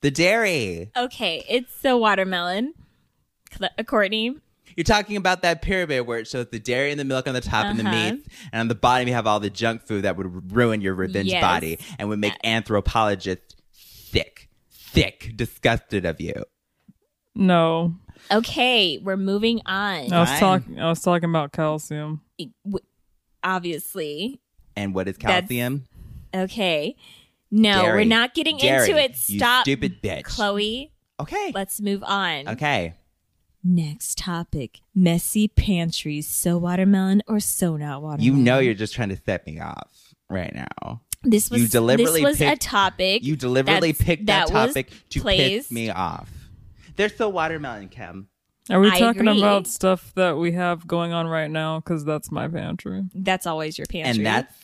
Speaker 1: the dairy.
Speaker 2: Okay, it's so watermelon. Fl- Courtney.
Speaker 1: You're talking about that pyramid where it shows the dairy and the milk on the top and the
Speaker 2: Uh-huh.
Speaker 1: meats, and on the bottom you have all the junk food that would ruin your revenge
Speaker 2: Yes. Uh,
Speaker 1: body and would make anthropologists sick, sick, disgusted of you.
Speaker 3: No,
Speaker 2: Okay, we're moving on. E,
Speaker 3: I was
Speaker 1: Fine.
Speaker 3: talking. I was talking about calcium.
Speaker 2: W- Obviously.
Speaker 1: And what is
Speaker 2: That's-
Speaker 1: calcium?
Speaker 2: Okay. No,
Speaker 1: Dairy.
Speaker 2: we're not getting
Speaker 1: Dairy,
Speaker 2: into it.
Speaker 1: you
Speaker 2: Stop.
Speaker 1: stupid bitch.
Speaker 2: Chloe,
Speaker 1: Okay.
Speaker 2: let's move on.
Speaker 1: Okay.
Speaker 2: Next topic messy pantries. So watermelon or so not watermelon?
Speaker 1: You know you're just trying to set me off right now.
Speaker 2: This was
Speaker 1: you deliberately
Speaker 2: this was
Speaker 1: picked-
Speaker 2: a topic.
Speaker 1: You deliberately
Speaker 2: that's-
Speaker 1: picked that,
Speaker 2: was
Speaker 1: topic to piss
Speaker 2: placed-
Speaker 1: me off. They're so watermelon, Kim.
Speaker 3: Are we
Speaker 2: I
Speaker 3: talking
Speaker 2: agree.
Speaker 3: about stuff that we have going on right now? Because that's my pantry.
Speaker 2: That's always your pantry.
Speaker 1: And that's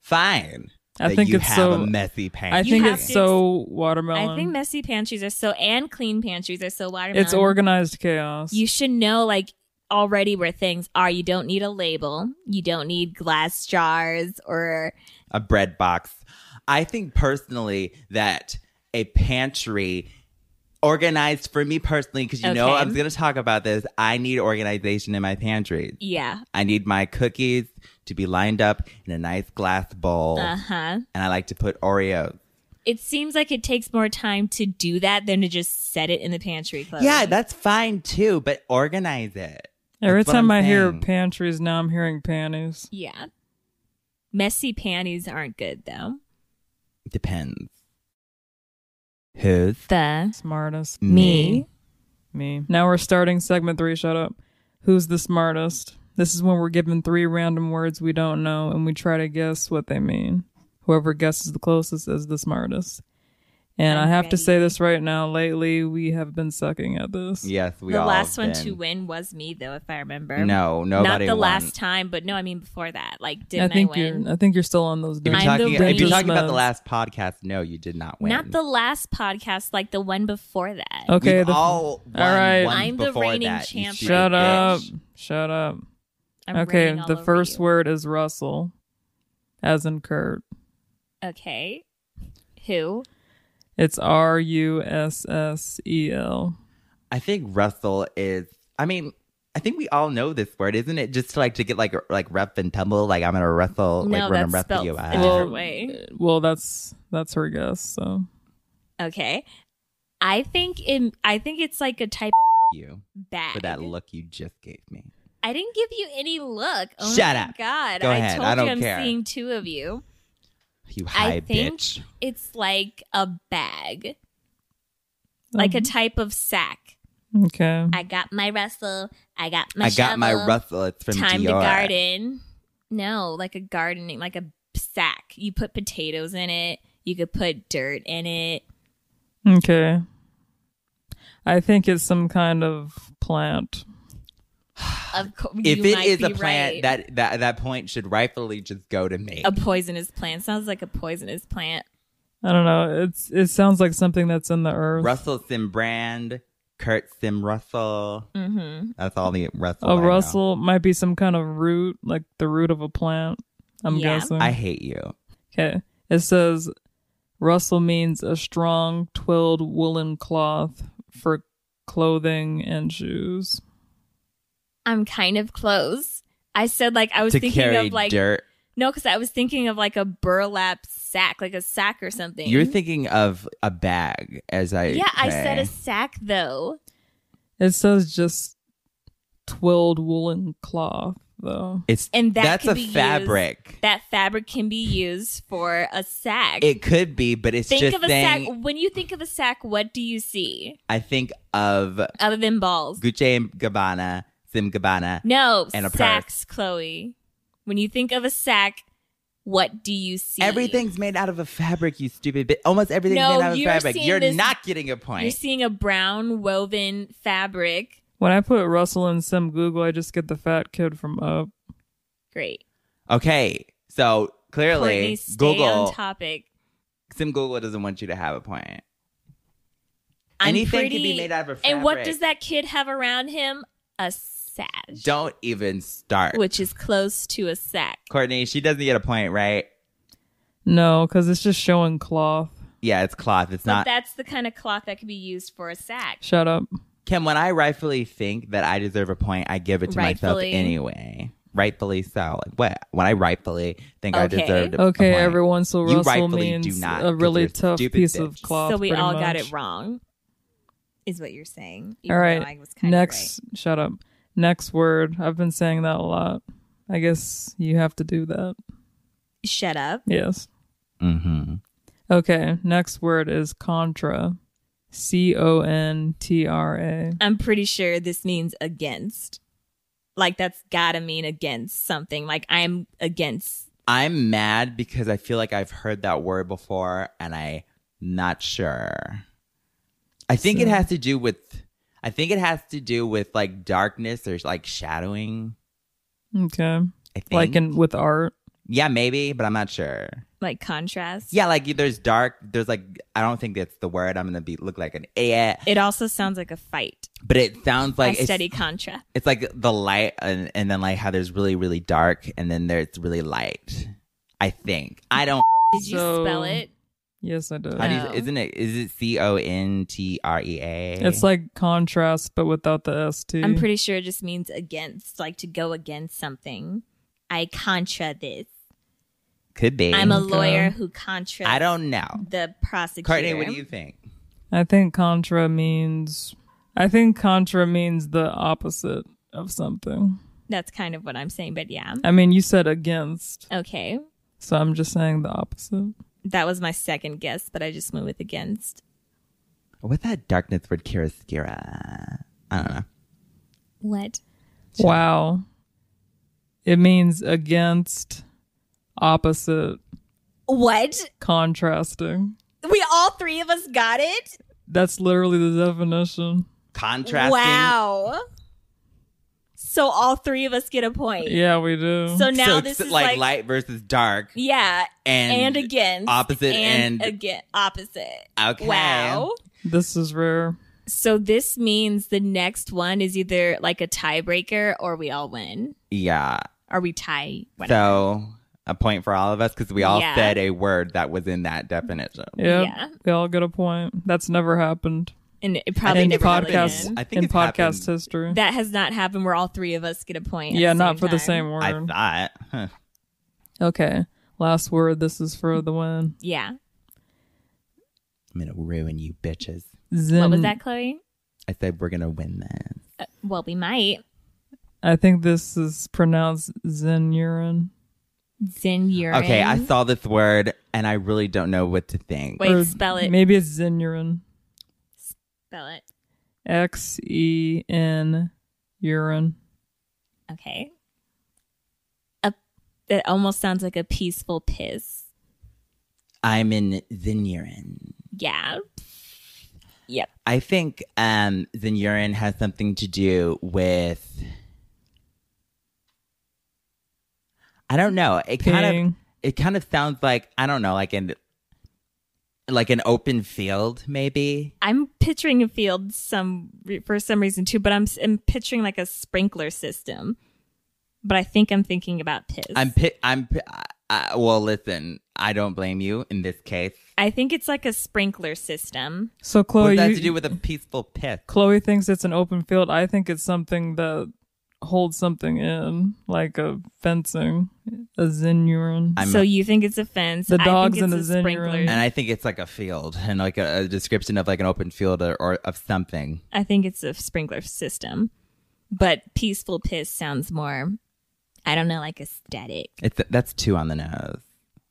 Speaker 1: fine.
Speaker 3: I
Speaker 1: that
Speaker 3: think
Speaker 1: you
Speaker 3: it's
Speaker 1: have
Speaker 3: so-
Speaker 1: a messy
Speaker 3: I
Speaker 1: pantry.
Speaker 2: You
Speaker 3: think
Speaker 2: have
Speaker 3: it's
Speaker 2: to-
Speaker 3: so watermelon.
Speaker 2: I think messy pantries are so, and clean pantries are so watermelon.
Speaker 3: it's organized chaos.
Speaker 2: You should know like already where things are. You don't need a label. You don't need glass jars or
Speaker 1: a bread box. I think personally that a pantry organized for me personally, because you know
Speaker 2: Okay.
Speaker 1: I'm going to talk about this. I need organization in my pantry.
Speaker 2: yeah.
Speaker 1: I need my cookies to be lined up in a nice glass bowl,
Speaker 2: Uh huh.
Speaker 1: and I like to put Oreos.
Speaker 2: It seems like it takes more time to do that than to just set it in the pantry. Chloe.
Speaker 1: Yeah, that's fine too, but organize it.
Speaker 3: Every
Speaker 1: That's what
Speaker 3: time
Speaker 1: I'm
Speaker 3: I hear
Speaker 1: saying.
Speaker 3: pantries, now I'm hearing panties.
Speaker 2: yeah. Messy panties aren't good though.
Speaker 1: Depends. Who's
Speaker 2: The
Speaker 3: Smartest.
Speaker 2: me.
Speaker 3: Me. Now we're starting segment three. Shut up. Who's the smartest? This is when we're given three random words we don't know and we try to guess what they mean. Whoever guesses the closest is the smartest. And i
Speaker 2: I'm
Speaker 3: have to
Speaker 2: ready.
Speaker 3: say this right now. Lately, we have been sucking at this.
Speaker 1: Yes, we
Speaker 2: the
Speaker 1: all
Speaker 2: last one
Speaker 1: been.
Speaker 2: to win was me though, if I remember.
Speaker 1: No, nobody.
Speaker 2: Not the
Speaker 1: won.
Speaker 2: last time, but no, I mean before that. Like,
Speaker 3: I
Speaker 2: didn't I,
Speaker 3: think
Speaker 2: win?
Speaker 3: you're. I think you're still on those.
Speaker 1: If you're
Speaker 2: I'm
Speaker 3: days.
Speaker 2: the
Speaker 1: talking, if you're
Speaker 2: winner.
Speaker 1: talking about the
Speaker 3: Just-
Speaker 1: last podcast, no, you did not win.
Speaker 2: Not the last podcast, like the one before that.
Speaker 3: Okay.
Speaker 1: We've
Speaker 3: the-
Speaker 1: all won
Speaker 3: all right.
Speaker 1: one
Speaker 2: I'm the
Speaker 1: before
Speaker 2: reigning
Speaker 1: that, you
Speaker 2: champion.
Speaker 1: stupid
Speaker 3: shut up.
Speaker 1: bitch.
Speaker 3: Shut up.
Speaker 2: I'm
Speaker 3: okay.
Speaker 2: raining all
Speaker 3: The
Speaker 2: over
Speaker 3: first
Speaker 2: you.
Speaker 3: word is Russell, as in Kurt.
Speaker 2: Okay. Who?
Speaker 3: It's R U S S E L.
Speaker 1: I think Russell is. I mean, I think we all know this word, isn't it? Just to like to get like like rough and tumble, like I'm gonna wrestle,
Speaker 2: No,
Speaker 1: like we're gonna
Speaker 2: that's
Speaker 1: wrestle
Speaker 2: spelled
Speaker 1: you
Speaker 2: a
Speaker 1: out.
Speaker 2: different
Speaker 3: Well,
Speaker 2: way.
Speaker 3: Well, that's that's her guess. So
Speaker 2: Okay. I think it, I think it's like a type
Speaker 1: you
Speaker 2: of bag.
Speaker 1: for that look you just gave me.
Speaker 2: I didn't give you any look. Oh
Speaker 1: Shut
Speaker 2: my
Speaker 1: up.
Speaker 2: God.
Speaker 1: Go
Speaker 2: I
Speaker 1: ahead.
Speaker 2: told
Speaker 1: I don't
Speaker 2: you I'm
Speaker 1: care.
Speaker 2: seeing two of you.
Speaker 1: You
Speaker 2: I
Speaker 1: high
Speaker 2: think-
Speaker 1: bitch.
Speaker 2: It's like a bag. Like a type of sack.
Speaker 3: Oh, okay.
Speaker 2: I got my rustle. I got my
Speaker 1: I got my
Speaker 2: shovel.
Speaker 1: Russell. It's from
Speaker 2: time
Speaker 1: Dior.
Speaker 2: to garden. No, like a gardening, like a sack. You put potatoes in it. You could put dirt in it.
Speaker 3: Okay. I think it's some kind of plant.
Speaker 2: Of course,
Speaker 1: If
Speaker 2: you
Speaker 1: it
Speaker 2: might
Speaker 1: is
Speaker 2: be
Speaker 1: a plant,
Speaker 2: right.
Speaker 1: that that that point should rightfully just go to me.
Speaker 2: a poisonous plant sounds like a poisonous plant.
Speaker 3: I don't know. It's it sounds like something that's in the earth.
Speaker 1: Russell Sim Brand, Kurt Sim Russell.
Speaker 2: Mm-hmm.
Speaker 1: That's all the Russell. I
Speaker 3: Mm. a
Speaker 1: know.
Speaker 3: Oh, Russell might be some kind of root, like the root of a plant. I'm
Speaker 2: Yeah.
Speaker 3: guessing.
Speaker 1: I hate you.
Speaker 3: okay. It says Russell means a strong twilled woolen cloth for clothing and shoes.
Speaker 2: I'm kind of close. I said like I was
Speaker 1: To
Speaker 2: thinking
Speaker 1: carry
Speaker 2: of like
Speaker 1: dirt.
Speaker 2: no, because I was thinking of like a burlap sack, like a sack or something.
Speaker 1: You're thinking of a bag, as I
Speaker 2: yeah, I said
Speaker 1: say.
Speaker 2: a sack though.
Speaker 3: It says just twilled woolen cloth though.
Speaker 1: It's
Speaker 2: And that
Speaker 1: that's
Speaker 2: could
Speaker 1: a
Speaker 2: be used-
Speaker 1: fabric.
Speaker 2: That fabric can be used for a sack.
Speaker 1: It could be, but it's
Speaker 2: think
Speaker 1: just
Speaker 2: of a
Speaker 1: saying.
Speaker 2: sack. When you think of a sack, what do you see?
Speaker 1: I think of
Speaker 2: other than balls.
Speaker 1: Gucci and Gabbana, Sim Gabbana.
Speaker 2: No,
Speaker 1: And a purse.
Speaker 2: sacks, Chloe. When you think of a sack, what do you see?
Speaker 1: Everything's made out of a fabric, you stupid bitch. Almost everything's
Speaker 2: No,
Speaker 1: made out of
Speaker 2: you're
Speaker 1: fabric.
Speaker 2: seeing
Speaker 1: You're
Speaker 2: this-
Speaker 1: not getting a
Speaker 2: You're
Speaker 1: point.
Speaker 2: seeing a brown woven fabric.
Speaker 3: When I put Russell in some Google, I just get the fat kid from Up.
Speaker 2: Great.
Speaker 1: okay, so
Speaker 2: Courtney,
Speaker 1: clearly
Speaker 2: stay on
Speaker 1: Google
Speaker 2: topic.
Speaker 1: Sim Google doesn't want you to have a point.
Speaker 2: I'm
Speaker 1: Anything
Speaker 2: pretty,
Speaker 1: can be made out of a fabric.
Speaker 2: And what does that kid have around him? A sash,
Speaker 1: Don't even start,
Speaker 2: which is close to a sack.
Speaker 1: Courtney. She doesn't get a point, right?
Speaker 3: No, because it's just showing cloth.
Speaker 1: Yeah, it's cloth. It's
Speaker 2: But
Speaker 1: not.
Speaker 2: that's the kind of cloth that could be used for a sack.
Speaker 3: Shut up.
Speaker 1: Kim, when I rightfully think that I deserve a point, I give it to
Speaker 2: Rightfully.
Speaker 1: myself anyway. Rightfully so. Like what? When I rightfully think I
Speaker 2: Okay.
Speaker 1: deserved a
Speaker 3: Okay,
Speaker 1: a point.
Speaker 3: everyone. So
Speaker 1: You
Speaker 3: Russell
Speaker 1: rightfully
Speaker 3: means
Speaker 1: do not,
Speaker 3: a
Speaker 1: 'cause
Speaker 3: really
Speaker 1: you're a
Speaker 3: tough
Speaker 1: stupid
Speaker 3: piece
Speaker 1: bitch.
Speaker 3: of cloth.
Speaker 2: so we
Speaker 3: pretty
Speaker 2: all got
Speaker 3: much.
Speaker 2: it wrong, is what you're saying.
Speaker 3: All
Speaker 2: even though I
Speaker 3: right.
Speaker 2: was kinda right.
Speaker 3: Next, shut up. Next word. I've been saying that a lot. I guess you have to do that.
Speaker 2: Shut up.
Speaker 3: Yes.
Speaker 1: Mm-hmm.
Speaker 3: Okay. Next word is contra. C O N T R A.
Speaker 2: I'm pretty sure this means against. Like that's gotta mean against something. Like I'm against.
Speaker 1: I'm mad because I feel like I've heard that word before and I'm not sure. I think it
Speaker 3: So-
Speaker 1: has to do with I think it has to do with like darkness or like shadowing.
Speaker 3: Okay.
Speaker 1: I think.
Speaker 3: Like in with art.
Speaker 1: yeah, maybe, but I'm not sure.
Speaker 2: Like contrast.
Speaker 1: Yeah, like there's dark. There's like I don't think that's the word. I'm gonna be look like an idiot,
Speaker 2: It also sounds like a fight.
Speaker 1: but it sounds like
Speaker 2: I
Speaker 1: it's,
Speaker 2: study contra.
Speaker 1: it's like the light and, and then like how there's really really dark and then there's really light. I think I don't.
Speaker 2: Did you
Speaker 3: So-
Speaker 2: spell it?
Speaker 3: Yes, I did.
Speaker 1: How do you,
Speaker 2: Oh.
Speaker 1: isn't it? Is it C O N T R E A?
Speaker 3: It's like contrast, but without the S T.
Speaker 2: I'm pretty sure it just means against, like to go against something. I contra this.
Speaker 1: could be.
Speaker 2: I'm a
Speaker 3: Okay.
Speaker 2: lawyer who contra
Speaker 1: I don't know.
Speaker 2: the prosecutor.
Speaker 1: Courtney, what do you think?
Speaker 3: I think contra means. I think contra means the opposite of something.
Speaker 2: That's kind of what I'm saying, but yeah.
Speaker 3: I mean, you said against,
Speaker 2: Okay.
Speaker 3: so I'm just saying the opposite.
Speaker 2: That was my second guess, but I just went with against.
Speaker 1: What's that darkness word? Kiraskira. I don't know.
Speaker 2: What?
Speaker 3: Wow. It means against, opposite,
Speaker 2: What?
Speaker 3: contrasting.
Speaker 2: We all three of us got it?
Speaker 3: That's literally the definition.
Speaker 1: Contrasting.
Speaker 2: Wow. So all three of us get a point.
Speaker 3: Yeah, we do.
Speaker 2: So now
Speaker 1: so
Speaker 2: this
Speaker 1: it's
Speaker 2: is
Speaker 1: like,
Speaker 2: like,
Speaker 1: light versus dark.
Speaker 2: yeah,
Speaker 1: And,
Speaker 2: and, against
Speaker 1: opposite
Speaker 2: and,
Speaker 1: and-
Speaker 2: again opposite.
Speaker 1: Okay.
Speaker 2: Wow.
Speaker 3: this is rare.
Speaker 2: So this means the next one is either like a tiebreaker or we all win.
Speaker 1: Yeah.
Speaker 2: Are we tie? Whatever.
Speaker 1: So a point for all of us because we all
Speaker 2: Yeah.
Speaker 1: said a word that was in that definition.
Speaker 3: Yep.
Speaker 2: Yeah.
Speaker 3: We all get a point. That's never happened
Speaker 2: and it- it probably
Speaker 1: think
Speaker 3: in
Speaker 1: it
Speaker 2: never really
Speaker 3: podcast
Speaker 2: did.
Speaker 1: I think
Speaker 3: in
Speaker 1: it's
Speaker 3: podcast
Speaker 1: happened.
Speaker 3: history.
Speaker 2: That has not happened where all three of us get a point. at
Speaker 3: yeah, not
Speaker 2: same
Speaker 3: for the
Speaker 2: time.
Speaker 3: same word.
Speaker 1: I thought. Huh.
Speaker 3: okay. Last word. This is for the win.
Speaker 2: Yeah.
Speaker 1: I'm going to ruin you bitches.
Speaker 3: Zen-
Speaker 2: what was that, Chloe?
Speaker 1: I said we're going to win this.
Speaker 2: Uh, well, we might.
Speaker 3: I think this is pronounced Zen urine.
Speaker 2: Zen urine.
Speaker 1: Okay, I saw this word and I really don't know what to think.
Speaker 2: Wait, spell it.
Speaker 3: Maybe it's Zen urine.
Speaker 2: spell it.
Speaker 3: X E N urine.
Speaker 2: Okay. A, that almost sounds like a peaceful piss.
Speaker 1: I'm in Zinurin.
Speaker 2: Yeah. Yep.
Speaker 1: I think um Zinurin has something to do with I don't know. It kind of
Speaker 3: Ping.
Speaker 1: it kind of sounds like I don't know, like an like an open field maybe.
Speaker 2: I'm picturing a field some for some reason too, but I'm, I'm picturing like a sprinkler system. But I think I'm thinking about piss.
Speaker 1: I'm pi- I'm pi- I, I, well listen, I don't blame you in this case.
Speaker 2: I think it's like a sprinkler system.
Speaker 3: So
Speaker 1: What does
Speaker 3: Chloe,
Speaker 1: that
Speaker 3: you-
Speaker 1: have to do with a peaceful pit?
Speaker 3: Chloe thinks it's an open field. I think it's something that holds something in, like a fencing, a Zen urine.
Speaker 1: I'm-
Speaker 2: so you think it's a fence?
Speaker 3: The dogs
Speaker 2: I think
Speaker 3: and
Speaker 2: it's
Speaker 3: the
Speaker 2: a
Speaker 3: Zen
Speaker 2: sprinkler.
Speaker 3: room.
Speaker 1: And I think it's like a field and like a, a description of like an open field or, or of something.
Speaker 2: I think it's a sprinkler system, but peaceful piss sounds more. I don't know, like aesthetic.
Speaker 1: It's that's two on the nose.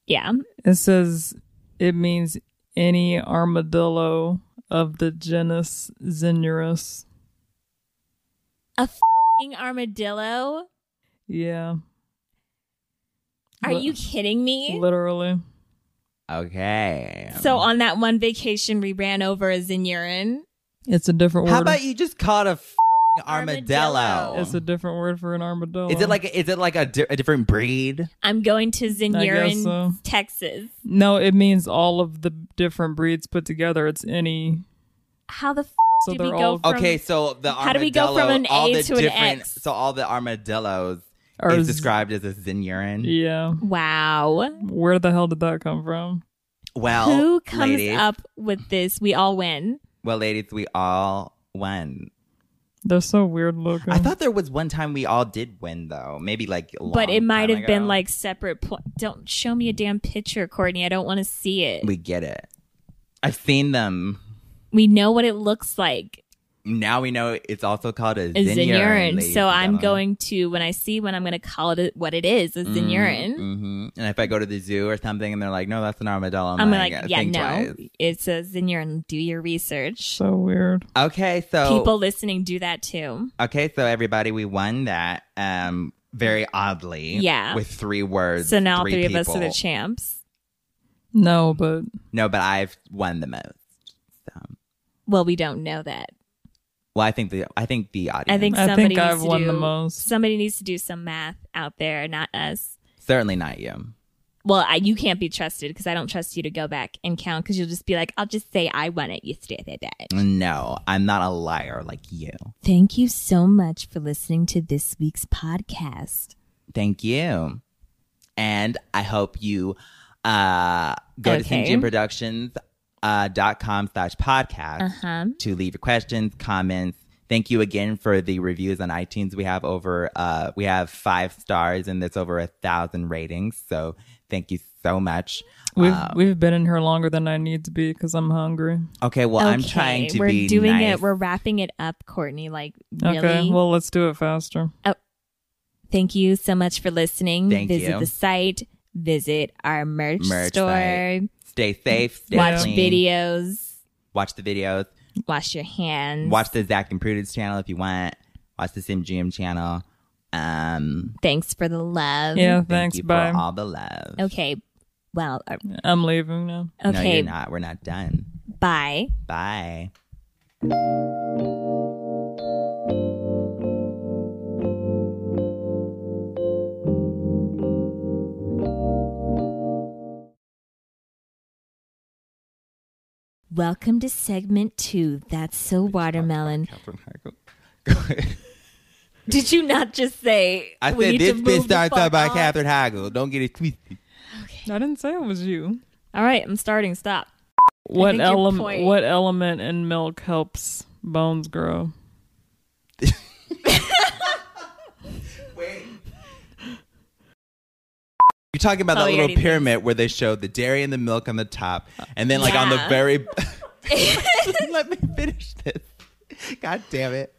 Speaker 2: Yeah,
Speaker 3: It says it means any armadillo of the genus Zinurus.
Speaker 2: a fing armadillo.
Speaker 3: Yeah,
Speaker 2: Are
Speaker 3: Li-
Speaker 2: you kidding me?
Speaker 3: literally.
Speaker 1: Okay.
Speaker 2: So on that one vacation, we ran over a Zinurin.
Speaker 3: It's a different
Speaker 1: how
Speaker 3: word.
Speaker 1: about you just call it a f- armadillo?
Speaker 2: Armadillo.
Speaker 3: it's a different word for an armadillo.
Speaker 1: Is it like is it like a, di- a different breed?
Speaker 2: I'm going to Zinurin,
Speaker 3: so.
Speaker 2: Texas.
Speaker 3: No, it means all of the different breeds put together. It's any.
Speaker 2: How the f-
Speaker 3: So
Speaker 2: did we
Speaker 3: they're
Speaker 2: go
Speaker 3: all-
Speaker 2: from?
Speaker 1: okay, so the armadillo,
Speaker 2: How do we go from an
Speaker 1: all
Speaker 2: A
Speaker 1: the
Speaker 2: to an
Speaker 1: different-
Speaker 2: X?
Speaker 1: So all the armadillos
Speaker 3: Or
Speaker 1: is
Speaker 3: z-
Speaker 1: described as a zinurin.
Speaker 3: Yeah.
Speaker 2: Wow.
Speaker 3: Where the hell did that come from?
Speaker 1: Well,
Speaker 2: Who comes
Speaker 1: ladies,
Speaker 2: up with this? We all win.
Speaker 1: well, ladies, we all won.
Speaker 3: They're so weird looking.
Speaker 1: I thought there was one time we all did win though. Maybe like a
Speaker 2: but
Speaker 1: long
Speaker 2: it might
Speaker 1: time
Speaker 2: have been
Speaker 1: ago.
Speaker 2: like separate. Po- don't show me a damn picture, Courtney. I don't want to see it. We-,
Speaker 1: we get it. I've seen them.
Speaker 2: know what it looks like.
Speaker 1: Now we know it's also called a,
Speaker 2: A
Speaker 1: Zenurin,
Speaker 2: Zenurin.
Speaker 1: ladies
Speaker 2: So
Speaker 1: and
Speaker 2: I'm
Speaker 1: gentlemen.
Speaker 2: going to when I see one, I'm going to call it what it is, a Zenurin.
Speaker 1: Mhm. Mm-hmm, And if I go to the zoo or something and they're like, no, that's an armadillo, I'm,
Speaker 2: I'm
Speaker 1: like,
Speaker 2: like,
Speaker 1: "Uh,
Speaker 2: yeah,
Speaker 1: think
Speaker 2: no,
Speaker 1: twice."
Speaker 2: it's a Zenurin. Do your research.
Speaker 3: so weird.
Speaker 1: Okay, so
Speaker 2: People listening do that too.
Speaker 1: okay, so everybody, we won that. Um, very oddly,
Speaker 2: Yeah.
Speaker 1: with three words.
Speaker 2: So now
Speaker 1: three,
Speaker 2: three, of us are the
Speaker 1: people.
Speaker 2: champs.
Speaker 3: No, but
Speaker 1: No, but I've won the most. So,
Speaker 2: Well, we don't know that.
Speaker 1: well, I think the I think the audience.
Speaker 2: I think
Speaker 3: I
Speaker 2: somebody
Speaker 3: think I've
Speaker 2: needs to
Speaker 3: won
Speaker 2: do,
Speaker 3: the most.
Speaker 2: Somebody needs to do some math out there, not us.
Speaker 1: certainly not you.
Speaker 2: Well, I, you can't be trusted because I don't trust you to go back and count because you'll just be like, I'll just say I won it. You stay at that.
Speaker 1: No, I'm not a liar like you.
Speaker 2: Thank you so much for listening to this week's podcast.
Speaker 1: Thank you. And I hope you uh, go
Speaker 2: Okay.
Speaker 1: to Productions uh, dot com slash podcast
Speaker 2: Uh huh.
Speaker 1: to leave your questions, comments. Thank you again for the reviews on iTunes. We have over uh, we have five stars and that's over a thousand ratings. So thank you so much.
Speaker 3: we've
Speaker 1: Um,
Speaker 3: we've been in here longer than I need to be because I'm hungry.
Speaker 1: okay, well I'm
Speaker 2: Okay,
Speaker 1: trying to
Speaker 2: We're
Speaker 1: be
Speaker 2: doing
Speaker 1: nice.
Speaker 2: it. We're wrapping it up, Courtney. Like really.
Speaker 3: Okay, well let's do it faster.
Speaker 2: Thank you so much for listening.
Speaker 1: Thank
Speaker 2: visit
Speaker 1: you.
Speaker 2: the site. Visit our merch,
Speaker 1: Merch
Speaker 2: store.
Speaker 1: site. Stay safe. Stay
Speaker 2: Watch
Speaker 1: clean.
Speaker 2: videos.
Speaker 1: Watch the videos.
Speaker 2: Wash your hands.
Speaker 1: Watch the Zach and Prudence channel if you want. Watch the MGM channel. Um,
Speaker 2: Thanks for the love.
Speaker 3: Yeah,
Speaker 1: thank
Speaker 3: thanks.
Speaker 1: you
Speaker 3: Bye.
Speaker 1: for all the love.
Speaker 2: Okay. Well. uh,
Speaker 3: I'm leaving now.
Speaker 1: No,
Speaker 2: Okay.
Speaker 1: you're not. We're not done.
Speaker 2: bye.
Speaker 1: Bye.
Speaker 2: Welcome to segment two. That's so watermelon. Did you not just say?
Speaker 1: I
Speaker 2: we
Speaker 1: said
Speaker 2: need to
Speaker 1: this
Speaker 2: move
Speaker 1: bitch
Speaker 2: the
Speaker 1: starts
Speaker 2: fuck
Speaker 1: up by
Speaker 2: off?
Speaker 1: Catherine Heigl. Don't get it twisted.
Speaker 3: I didn't say it was you.
Speaker 2: All right, I'm starting. Stop.
Speaker 3: What
Speaker 2: think your
Speaker 3: element?
Speaker 2: point-
Speaker 3: What element in milk helps bones grow?
Speaker 1: You're talking about
Speaker 2: Oh,
Speaker 1: that
Speaker 2: we
Speaker 1: little
Speaker 2: already did.
Speaker 1: pyramid where they showed the dairy and the milk on the top, and then like on the
Speaker 2: Yeah.
Speaker 1: very. Let me finish this. God damn it.